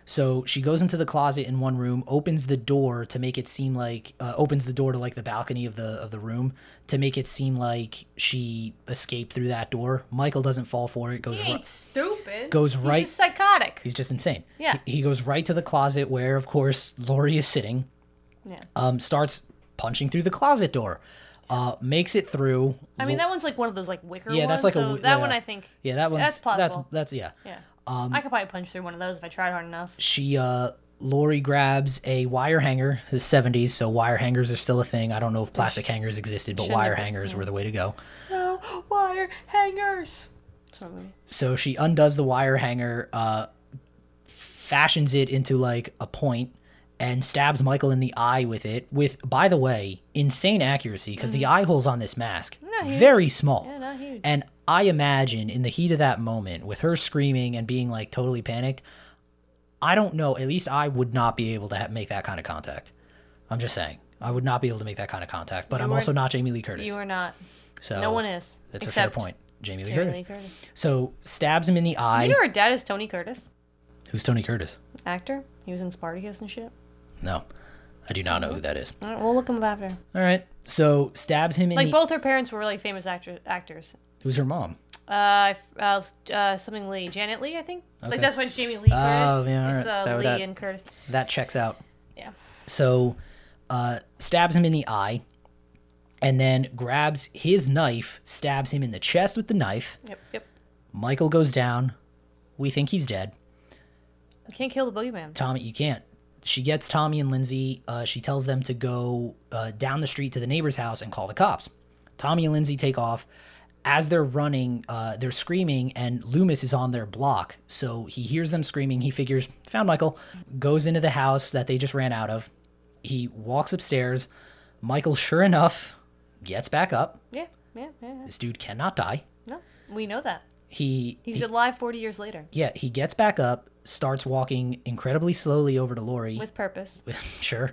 [SPEAKER 1] So she goes into the closet in one room, opens the door to make it seem like uh, opens the door to like the balcony of the of the room to make it seem like she escaped through that door. Michael doesn't fall for it. Goes
[SPEAKER 2] He
[SPEAKER 1] ri-
[SPEAKER 2] ain't stupid.
[SPEAKER 1] Goes
[SPEAKER 2] He's
[SPEAKER 1] right-
[SPEAKER 2] just psychotic.
[SPEAKER 1] he's just insane.
[SPEAKER 2] Yeah.
[SPEAKER 1] He, he goes right to the closet where, of course, Lori is sitting.
[SPEAKER 2] Yeah.
[SPEAKER 1] Um, starts punching through the closet door. Uh, makes it through.
[SPEAKER 2] I mean, that one's like one of those like wicker
[SPEAKER 1] Yeah,
[SPEAKER 2] ones.
[SPEAKER 1] that's like a
[SPEAKER 2] so
[SPEAKER 1] wi-
[SPEAKER 2] that
[SPEAKER 1] yeah. Um,
[SPEAKER 2] one I think.
[SPEAKER 1] yeah, that one's
[SPEAKER 2] that's plausible.
[SPEAKER 1] That's that's yeah.
[SPEAKER 2] Yeah. I could probably punch through one of those if I tried hard enough.
[SPEAKER 1] she uh Lori grabs a wire hanger, the 70s, so wire hangers are still a thing. I don't know if plastic hangers existed, but wire
[SPEAKER 2] have been,
[SPEAKER 1] hangers were the way to go.
[SPEAKER 2] No wire hangers. That's what I mean.
[SPEAKER 1] So she undoes the wire hanger, uh, fashions it into like a point, and stabs Michael in the eye with it. With, by the way, insane accuracy because
[SPEAKER 2] Mm.
[SPEAKER 1] the eye holes on this mask
[SPEAKER 2] huge.
[SPEAKER 1] very small.
[SPEAKER 2] Yeah, not huge.
[SPEAKER 1] And I imagine in the heat of that moment, with her screaming and being like totally panicked, I don't know. At least I would not be able to ha- make that kind of contact. I'm just saying, I would not be able to make that kind of contact. But I'm
[SPEAKER 2] weren't-
[SPEAKER 1] also not Jamie Lee Curtis.
[SPEAKER 2] You are not.
[SPEAKER 1] so
[SPEAKER 2] no one is.
[SPEAKER 1] Oh, That's a fair
[SPEAKER 2] except
[SPEAKER 1] point. Jamie Lee
[SPEAKER 2] Jamie
[SPEAKER 1] Curtis.
[SPEAKER 2] Lee Curtis.
[SPEAKER 1] So stabs him in the eye.
[SPEAKER 2] You know her dad is Tony Curtis,
[SPEAKER 1] Who's Tony Curtis?
[SPEAKER 2] actor. He was in Spartacus and shit.
[SPEAKER 1] No, I do not know who that is.
[SPEAKER 2] All right, we'll look him up after.
[SPEAKER 1] All right. So stabs him in
[SPEAKER 2] Like
[SPEAKER 1] the.
[SPEAKER 2] both her parents were really famous actor- actors.
[SPEAKER 1] Who's her mom?
[SPEAKER 2] Uh, if- uh, uh, something Lee, Janet Lee, I think.
[SPEAKER 1] Okay.
[SPEAKER 2] Like that's when Jamie Lee Curtis.
[SPEAKER 1] Oh, yeah, all
[SPEAKER 2] It's
[SPEAKER 1] right.
[SPEAKER 2] uh,
[SPEAKER 1] That would
[SPEAKER 2] Lee
[SPEAKER 1] add-
[SPEAKER 2] and Curtis.
[SPEAKER 1] That checks out.
[SPEAKER 2] Yeah.
[SPEAKER 1] So uh, stabs him in the eye, and then grabs his knife, stabs him in the chest with the knife.
[SPEAKER 2] Yep. Yep.
[SPEAKER 1] Michael goes down. We think he's dead.
[SPEAKER 2] You can't kill the boogeyman.
[SPEAKER 1] Tommy, you can't. She gets Tommy and Lindsay. Uh, she tells them to go uh, down the street to the neighbor's house and call the cops. Tommy and Lindsay take off. As they're running, uh, they're screaming, and Loomis is on their block. So he hears them screaming. He figures, found Michael, goes into the house that they just ran out of. He walks upstairs. Michael, sure enough, gets back up.
[SPEAKER 2] Yeah. Yeah. Yeah. yeah.
[SPEAKER 1] This dude cannot die.
[SPEAKER 2] No, we know that.
[SPEAKER 1] He
[SPEAKER 2] He's alive 40 years later
[SPEAKER 1] yeah, he gets back up, starts walking incredibly slowly over to Lori.
[SPEAKER 2] with purpose.
[SPEAKER 1] sure.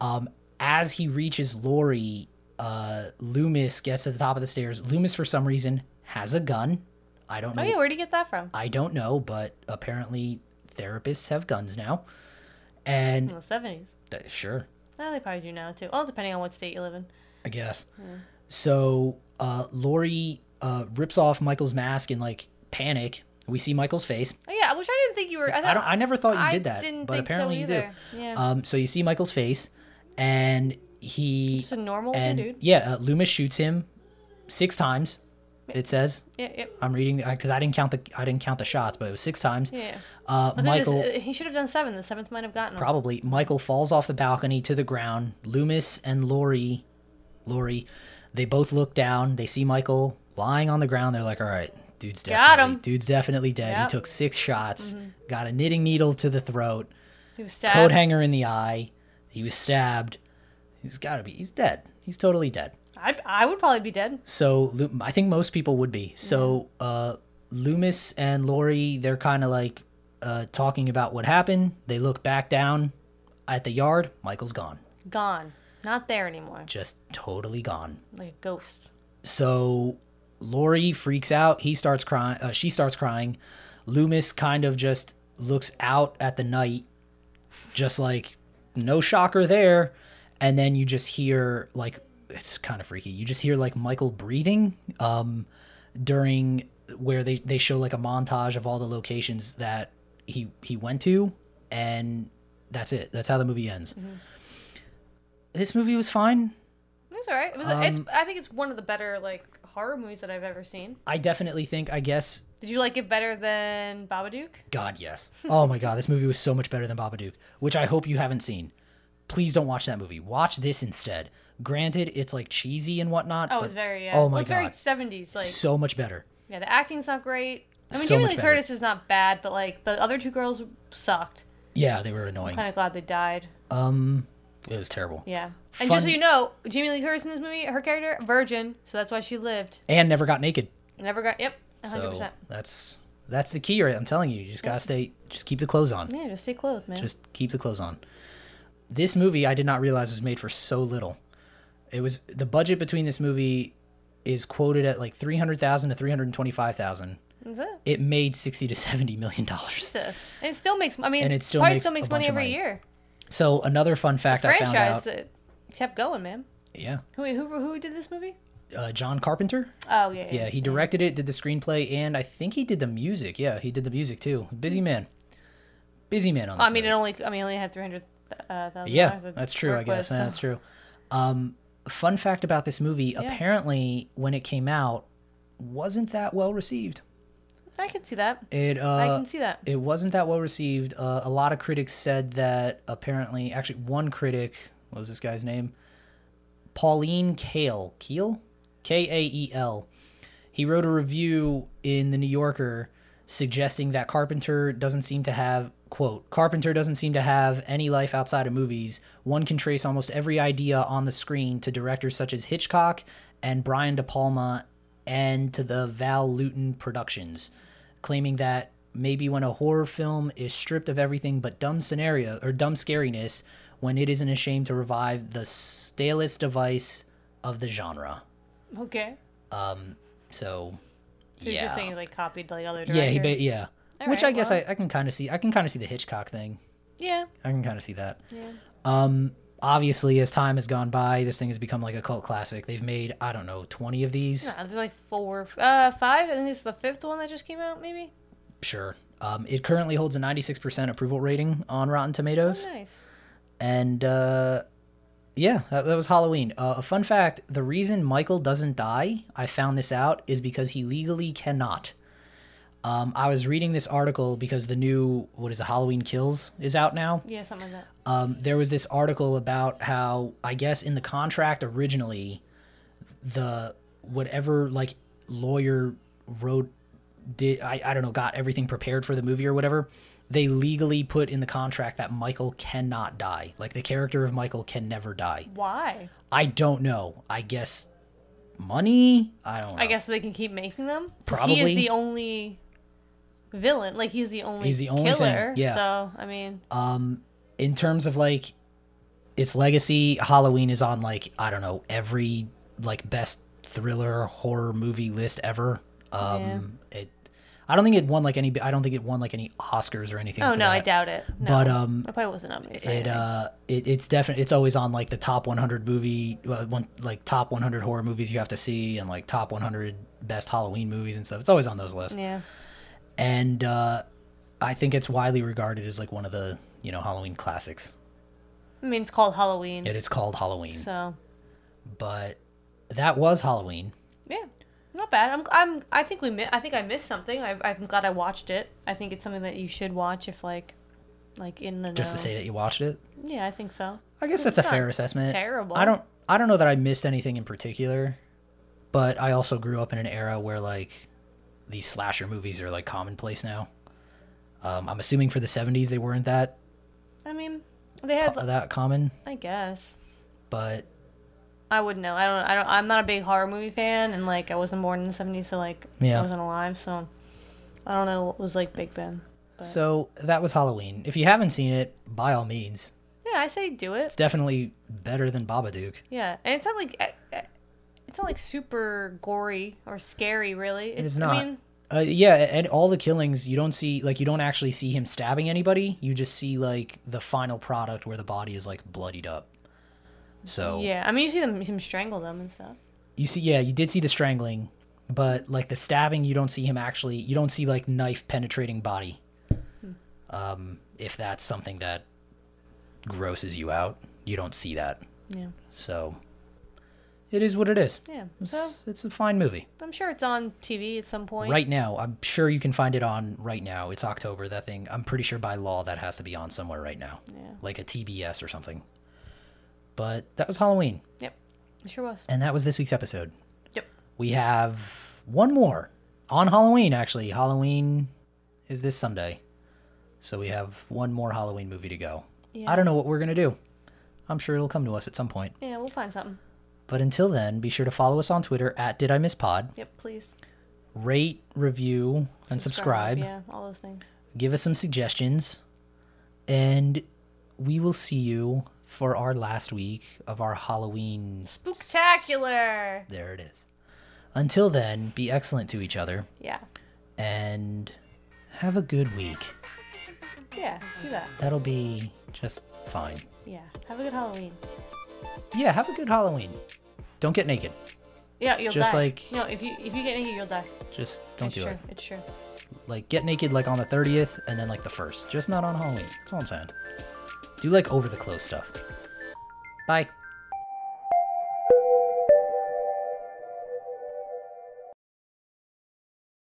[SPEAKER 1] Um, as he reaches Lori, uh, Loomis gets to the top of the stairs. Loomis, for some reason, has a gun. I don't know.
[SPEAKER 2] Oh yeah, where'd you get that from?
[SPEAKER 1] I don't know, but apparently therapists have guns now. And
[SPEAKER 2] In the 70s.
[SPEAKER 1] th- sure,
[SPEAKER 2] No, they probably do now too. All depending on what state you live in.
[SPEAKER 1] I guess.
[SPEAKER 2] Hmm.
[SPEAKER 1] So uh, Lori uh, rips off Michael's mask in like panic. We see Michael's face.
[SPEAKER 2] Oh yeah, which I didn't think you were. I, thought,
[SPEAKER 1] I don't. I never thought you
[SPEAKER 2] I
[SPEAKER 1] did that,
[SPEAKER 2] didn't
[SPEAKER 1] but
[SPEAKER 2] think so
[SPEAKER 1] apparently you do.
[SPEAKER 2] either. Yeah.
[SPEAKER 1] Um, so you see Michael's face, and he
[SPEAKER 2] Just a normal
[SPEAKER 1] and
[SPEAKER 2] dude.
[SPEAKER 1] yeah, uh, Loomis shoots him six times. It says
[SPEAKER 2] Yeah, yeah.
[SPEAKER 1] I'm reading because I didn't count the I didn't count the shots, but it was six times.
[SPEAKER 2] Yeah.
[SPEAKER 1] Uh,
[SPEAKER 2] I think this-
[SPEAKER 1] Michael
[SPEAKER 2] uh, he should have done seven. The seventh might have gotten him.
[SPEAKER 1] probably Michael falls off the balcony to the ground. Loomis and Lori, Lori, they both look down. They see Michael lying on the ground. They're like, "All right, dude's
[SPEAKER 2] Got
[SPEAKER 1] definitely
[SPEAKER 2] him."
[SPEAKER 1] dude's definitely dead.
[SPEAKER 2] Yep. Mm-hmm.
[SPEAKER 1] He took six shots, got a knitting needle to the throat,
[SPEAKER 2] He was
[SPEAKER 1] coat
[SPEAKER 2] stabbed.
[SPEAKER 1] hanger in the eye. He was stabbed. He's got to be. He's dead. He's totally dead."
[SPEAKER 2] I, I would probably be dead.
[SPEAKER 1] So Lu- I think most people would be. So uh, Loomis and Lori, they're kind of like uh, talking about what happened. They look back down at the yard. Michael's gone,
[SPEAKER 2] Gone. Not there anymore.
[SPEAKER 1] just totally gone.
[SPEAKER 2] Like a ghost.
[SPEAKER 1] So Lori freaks out. He starts crying. Uh, she starts crying. Loomis kind of just looks out at the night, just like no shocker there. And then you just hear like it's kind of freaky. You just hear like Michael breathing um, during where they they show like a montage of all the locations that he he went to, and that's it. That's how the movie ends. This movie was fine.
[SPEAKER 2] It's all right. It was. it's.
[SPEAKER 1] Um,
[SPEAKER 2] I think it's one of the better like horror movies that I've ever seen.
[SPEAKER 1] I definitely think. I guess
[SPEAKER 2] Did you like it better than Babadook?
[SPEAKER 1] God, yes. Oh my God, this movie was so much better than Babadook, which I hope you haven't seen. Please don't watch that movie. Watch this instead. Granted, it's like cheesy and whatnot.
[SPEAKER 2] Oh,
[SPEAKER 1] but
[SPEAKER 2] it's very. Uh,
[SPEAKER 1] Oh
[SPEAKER 2] well,
[SPEAKER 1] my
[SPEAKER 2] it's
[SPEAKER 1] God,
[SPEAKER 2] Very seventies. Like
[SPEAKER 1] so much better.
[SPEAKER 2] Yeah, the acting's not great. I mean,
[SPEAKER 1] So
[SPEAKER 2] Jamie
[SPEAKER 1] much
[SPEAKER 2] Lee
[SPEAKER 1] better.
[SPEAKER 2] Curtis is not bad, but like the other two girls sucked.
[SPEAKER 1] Yeah, they were annoying.
[SPEAKER 2] Kind of glad they died.
[SPEAKER 1] Um, it was terrible.
[SPEAKER 2] Yeah. And
[SPEAKER 1] Fun-
[SPEAKER 2] just so you know, Jamie Lee Curtis in this movie, her character, virgin, so that's why she lived.
[SPEAKER 1] And never got naked.
[SPEAKER 2] Never got. Yep. 100%.
[SPEAKER 1] So that's that's the key, right? I'm telling you, you just gotta stay. Just keep the clothes on.
[SPEAKER 2] yeah, just stay clothed, man.
[SPEAKER 1] Just keep the clothes on. This movie, I did not realize was made for so little. It was the budget between this movie is quoted at like three hundred thousand to three hundred twenty-five thousand.
[SPEAKER 2] That's it.
[SPEAKER 1] It made sixty to seventy million dollars.
[SPEAKER 2] Jesus. And it still makes. I mean,
[SPEAKER 1] And it still
[SPEAKER 2] probably
[SPEAKER 1] makes
[SPEAKER 2] still
[SPEAKER 1] a
[SPEAKER 2] makes
[SPEAKER 1] bunch
[SPEAKER 2] money
[SPEAKER 1] of
[SPEAKER 2] every
[SPEAKER 1] money.
[SPEAKER 2] year.
[SPEAKER 1] So another fun fact I found
[SPEAKER 2] Franchise
[SPEAKER 1] out.
[SPEAKER 2] it kept going, man.
[SPEAKER 1] Yeah,
[SPEAKER 2] Who who who did this movie?
[SPEAKER 1] uh, John Carpenter.
[SPEAKER 2] Oh yeah.
[SPEAKER 1] Yeah, he directed it, did the screenplay, and I think he did the music. Yeah, he did the music too. Busy man. Busy man on this
[SPEAKER 2] I mean,
[SPEAKER 1] movie.
[SPEAKER 2] it only. I mean, it only had three hundred uh, thousand.
[SPEAKER 1] Yeah, that's true. I guess Yeah, that's true. Um, fun fact about this movie: apparently, when it came out, wasn't that well received.
[SPEAKER 2] I can see that.
[SPEAKER 1] It uh,
[SPEAKER 2] I can see that.
[SPEAKER 1] it wasn't that well received. Uh, a lot of critics said that apparently, actually, one critic what was this guy's name, Pauline Kael, Keel, K A E L. He wrote a review in the New Yorker suggesting that Carpenter doesn't seem to have quote Carpenter doesn't seem to have any life outside of movies. One can trace almost every idea on the screen to directors such as Hitchcock and Brian De Palma and to the Val Luton Productions, claiming that maybe when a horror film is stripped of everything but dumb scenario or dumb scariness, when it isn't ashamed to revive the stalest device of the genre.
[SPEAKER 2] Okay.
[SPEAKER 1] So,
[SPEAKER 2] So yeah.
[SPEAKER 1] yeah,
[SPEAKER 2] just saying he, like copied like other directors.
[SPEAKER 1] yeah, he ba- yeah.
[SPEAKER 2] All
[SPEAKER 1] Which
[SPEAKER 2] right,
[SPEAKER 1] I guess
[SPEAKER 2] well.
[SPEAKER 1] I, I can kind of see. I can kind of see the Hitchcock thing.
[SPEAKER 2] yeah.
[SPEAKER 1] I can kind of see that.
[SPEAKER 2] Yeah.
[SPEAKER 1] Um, obviously, as time has gone by, this thing has become like a cult classic. They've made I don't know twenty of these.
[SPEAKER 2] No, there's like four, uh, five, and this is the fifth one that just came out. Maybe.
[SPEAKER 1] Sure. Um, it currently holds a ninety-six percent approval rating on Rotten Tomatoes.
[SPEAKER 2] Nice.
[SPEAKER 1] And uh, yeah, that, that was Halloween. Uh, a fun fact the reason Michael doesn't die, I found this out, is because he legally cannot. Um, I was reading this article because the new, what is it, Halloween Kills is out now
[SPEAKER 2] Yeah, something like that.
[SPEAKER 1] um, there was this article about how I guess in the contract originally, the whatever like lawyer wrote did I, I don't know got everything prepared for the movie or whatever they legally put in the contract that michael cannot die like the character of michael can never die
[SPEAKER 2] Why?
[SPEAKER 1] i don't know i guess money i don't know
[SPEAKER 2] I guess they can keep making them. 'Cause He
[SPEAKER 1] Probably.
[SPEAKER 2] is the only villain. Like he's the only.
[SPEAKER 1] He's the only thing,
[SPEAKER 2] killer.
[SPEAKER 1] yeah.
[SPEAKER 2] So I mean,
[SPEAKER 1] in terms of like its legacy, Halloween is on like I don't know every like best thriller horror movie list ever. Um, it I don't think it won like any. I don't think it won like any Oscars or anything.
[SPEAKER 2] oh
[SPEAKER 1] for
[SPEAKER 2] no, I
[SPEAKER 1] that.
[SPEAKER 2] doubt it. No.
[SPEAKER 1] But, um,
[SPEAKER 2] it probably wasn't nominated. for
[SPEAKER 1] It
[SPEAKER 2] anything.
[SPEAKER 1] uh, it, it's definitely it's always on like the top 100 movie, well, one, like top 100 horror movies you have to see, and like top 100 best Halloween movies and stuff. It's always on those lists,
[SPEAKER 2] yeah.
[SPEAKER 1] and uh, I think it's widely regarded as like one of the you know Halloween classics.
[SPEAKER 2] I mean, it's called Halloween.
[SPEAKER 1] It is called Halloween.
[SPEAKER 2] So
[SPEAKER 1] but that was Halloween.
[SPEAKER 2] yeah, not bad. I'm. I'm. I think we. Mi- I think I missed something. I, I'm glad I watched it. I think it's something that you should watch if like, like in the.
[SPEAKER 1] Just to
[SPEAKER 2] know.
[SPEAKER 1] say that you watched it,
[SPEAKER 2] Yeah, I think so.
[SPEAKER 1] I guess
[SPEAKER 2] It's
[SPEAKER 1] that's a fair
[SPEAKER 2] not
[SPEAKER 1] assessment.
[SPEAKER 2] terrible.
[SPEAKER 1] I don't. I don't know that I missed anything in particular, but I also grew up in an era where like these slasher movies are like commonplace now. Um, I'm assuming for the '70s they weren't that
[SPEAKER 2] I mean, they had.
[SPEAKER 1] that common,
[SPEAKER 2] I guess.
[SPEAKER 1] but
[SPEAKER 2] I wouldn't know. I don't. I don't. I'm not a big horror movie fan, and like I wasn't born in the '70s, so like
[SPEAKER 1] Yeah.
[SPEAKER 2] I wasn't alive, so I don't know what was like Big Ben.
[SPEAKER 1] so that was Halloween. If you haven't seen it, by all means,
[SPEAKER 2] Yeah, I say do it.
[SPEAKER 1] it's definitely better than Babadook.
[SPEAKER 2] Yeah, and it's not like eh, eh, it's not like super gory or scary, really.
[SPEAKER 1] It
[SPEAKER 2] It's,
[SPEAKER 1] is not.
[SPEAKER 2] I mean,
[SPEAKER 1] uh, yeah, and all the killings you don't see like you don't actually see him stabbing anybody. You just see like the final product where the body is like bloodied up. So
[SPEAKER 2] yeah. I mean, you see them him strangle them and stuff.
[SPEAKER 1] you see, yeah, you did see the strangling, but like the stabbing, you don't see him actually. You don't see like knife penetrating body.
[SPEAKER 2] Hmm.
[SPEAKER 1] Um, if that's something that grosses you out, you don't see that.
[SPEAKER 2] Yeah,
[SPEAKER 1] So it is what it is.
[SPEAKER 2] yeah. So
[SPEAKER 1] It's, it's a fine movie.
[SPEAKER 2] I'm sure it's on TV at some point.
[SPEAKER 1] Right now, I'm sure you can find it on right now. It's October. That thing, I'm pretty sure by law that has to be on somewhere right now,
[SPEAKER 2] Yeah.
[SPEAKER 1] like a TBS or something. But that was Halloween,
[SPEAKER 2] Yep. It sure was.
[SPEAKER 1] and that was this week's episode.
[SPEAKER 2] Yep.
[SPEAKER 1] We have one more. on Halloween, actually. Halloween is this Sunday. So we have one more Halloween movie to go.
[SPEAKER 2] Yeah.
[SPEAKER 1] I don't know what we're going to do. I'm sure it'll come to us at some point.
[SPEAKER 2] Yeah, we'll find something.
[SPEAKER 1] But until then, be sure to follow us on Twitter at Did I Miss Pod.
[SPEAKER 2] Yep, please.
[SPEAKER 1] Rate, review, and subscribe.
[SPEAKER 2] Yeah, all those things.
[SPEAKER 1] Give us some suggestions. And we will see you for our last week of our Halloween.
[SPEAKER 2] Spooktacular.
[SPEAKER 1] There it is. Until then, be excellent to each other
[SPEAKER 2] Yeah.
[SPEAKER 1] and have a good week.
[SPEAKER 2] Yeah, do that.
[SPEAKER 1] That'll be just fine.
[SPEAKER 2] Yeah. Have a good Halloween.
[SPEAKER 1] Yeah, have a good Halloween. Don't get naked.
[SPEAKER 2] Yeah, you'll
[SPEAKER 1] Just
[SPEAKER 2] die.
[SPEAKER 1] like-
[SPEAKER 2] No, if you if you get naked, you'll die.
[SPEAKER 1] Just don't
[SPEAKER 2] it's
[SPEAKER 1] do
[SPEAKER 2] true.
[SPEAKER 1] it.
[SPEAKER 2] It's true.
[SPEAKER 1] Like get naked like on the 30th and then like the 1st. Just not on Halloween. That's all I'm saying. Do like over the clothes stuff. Bye.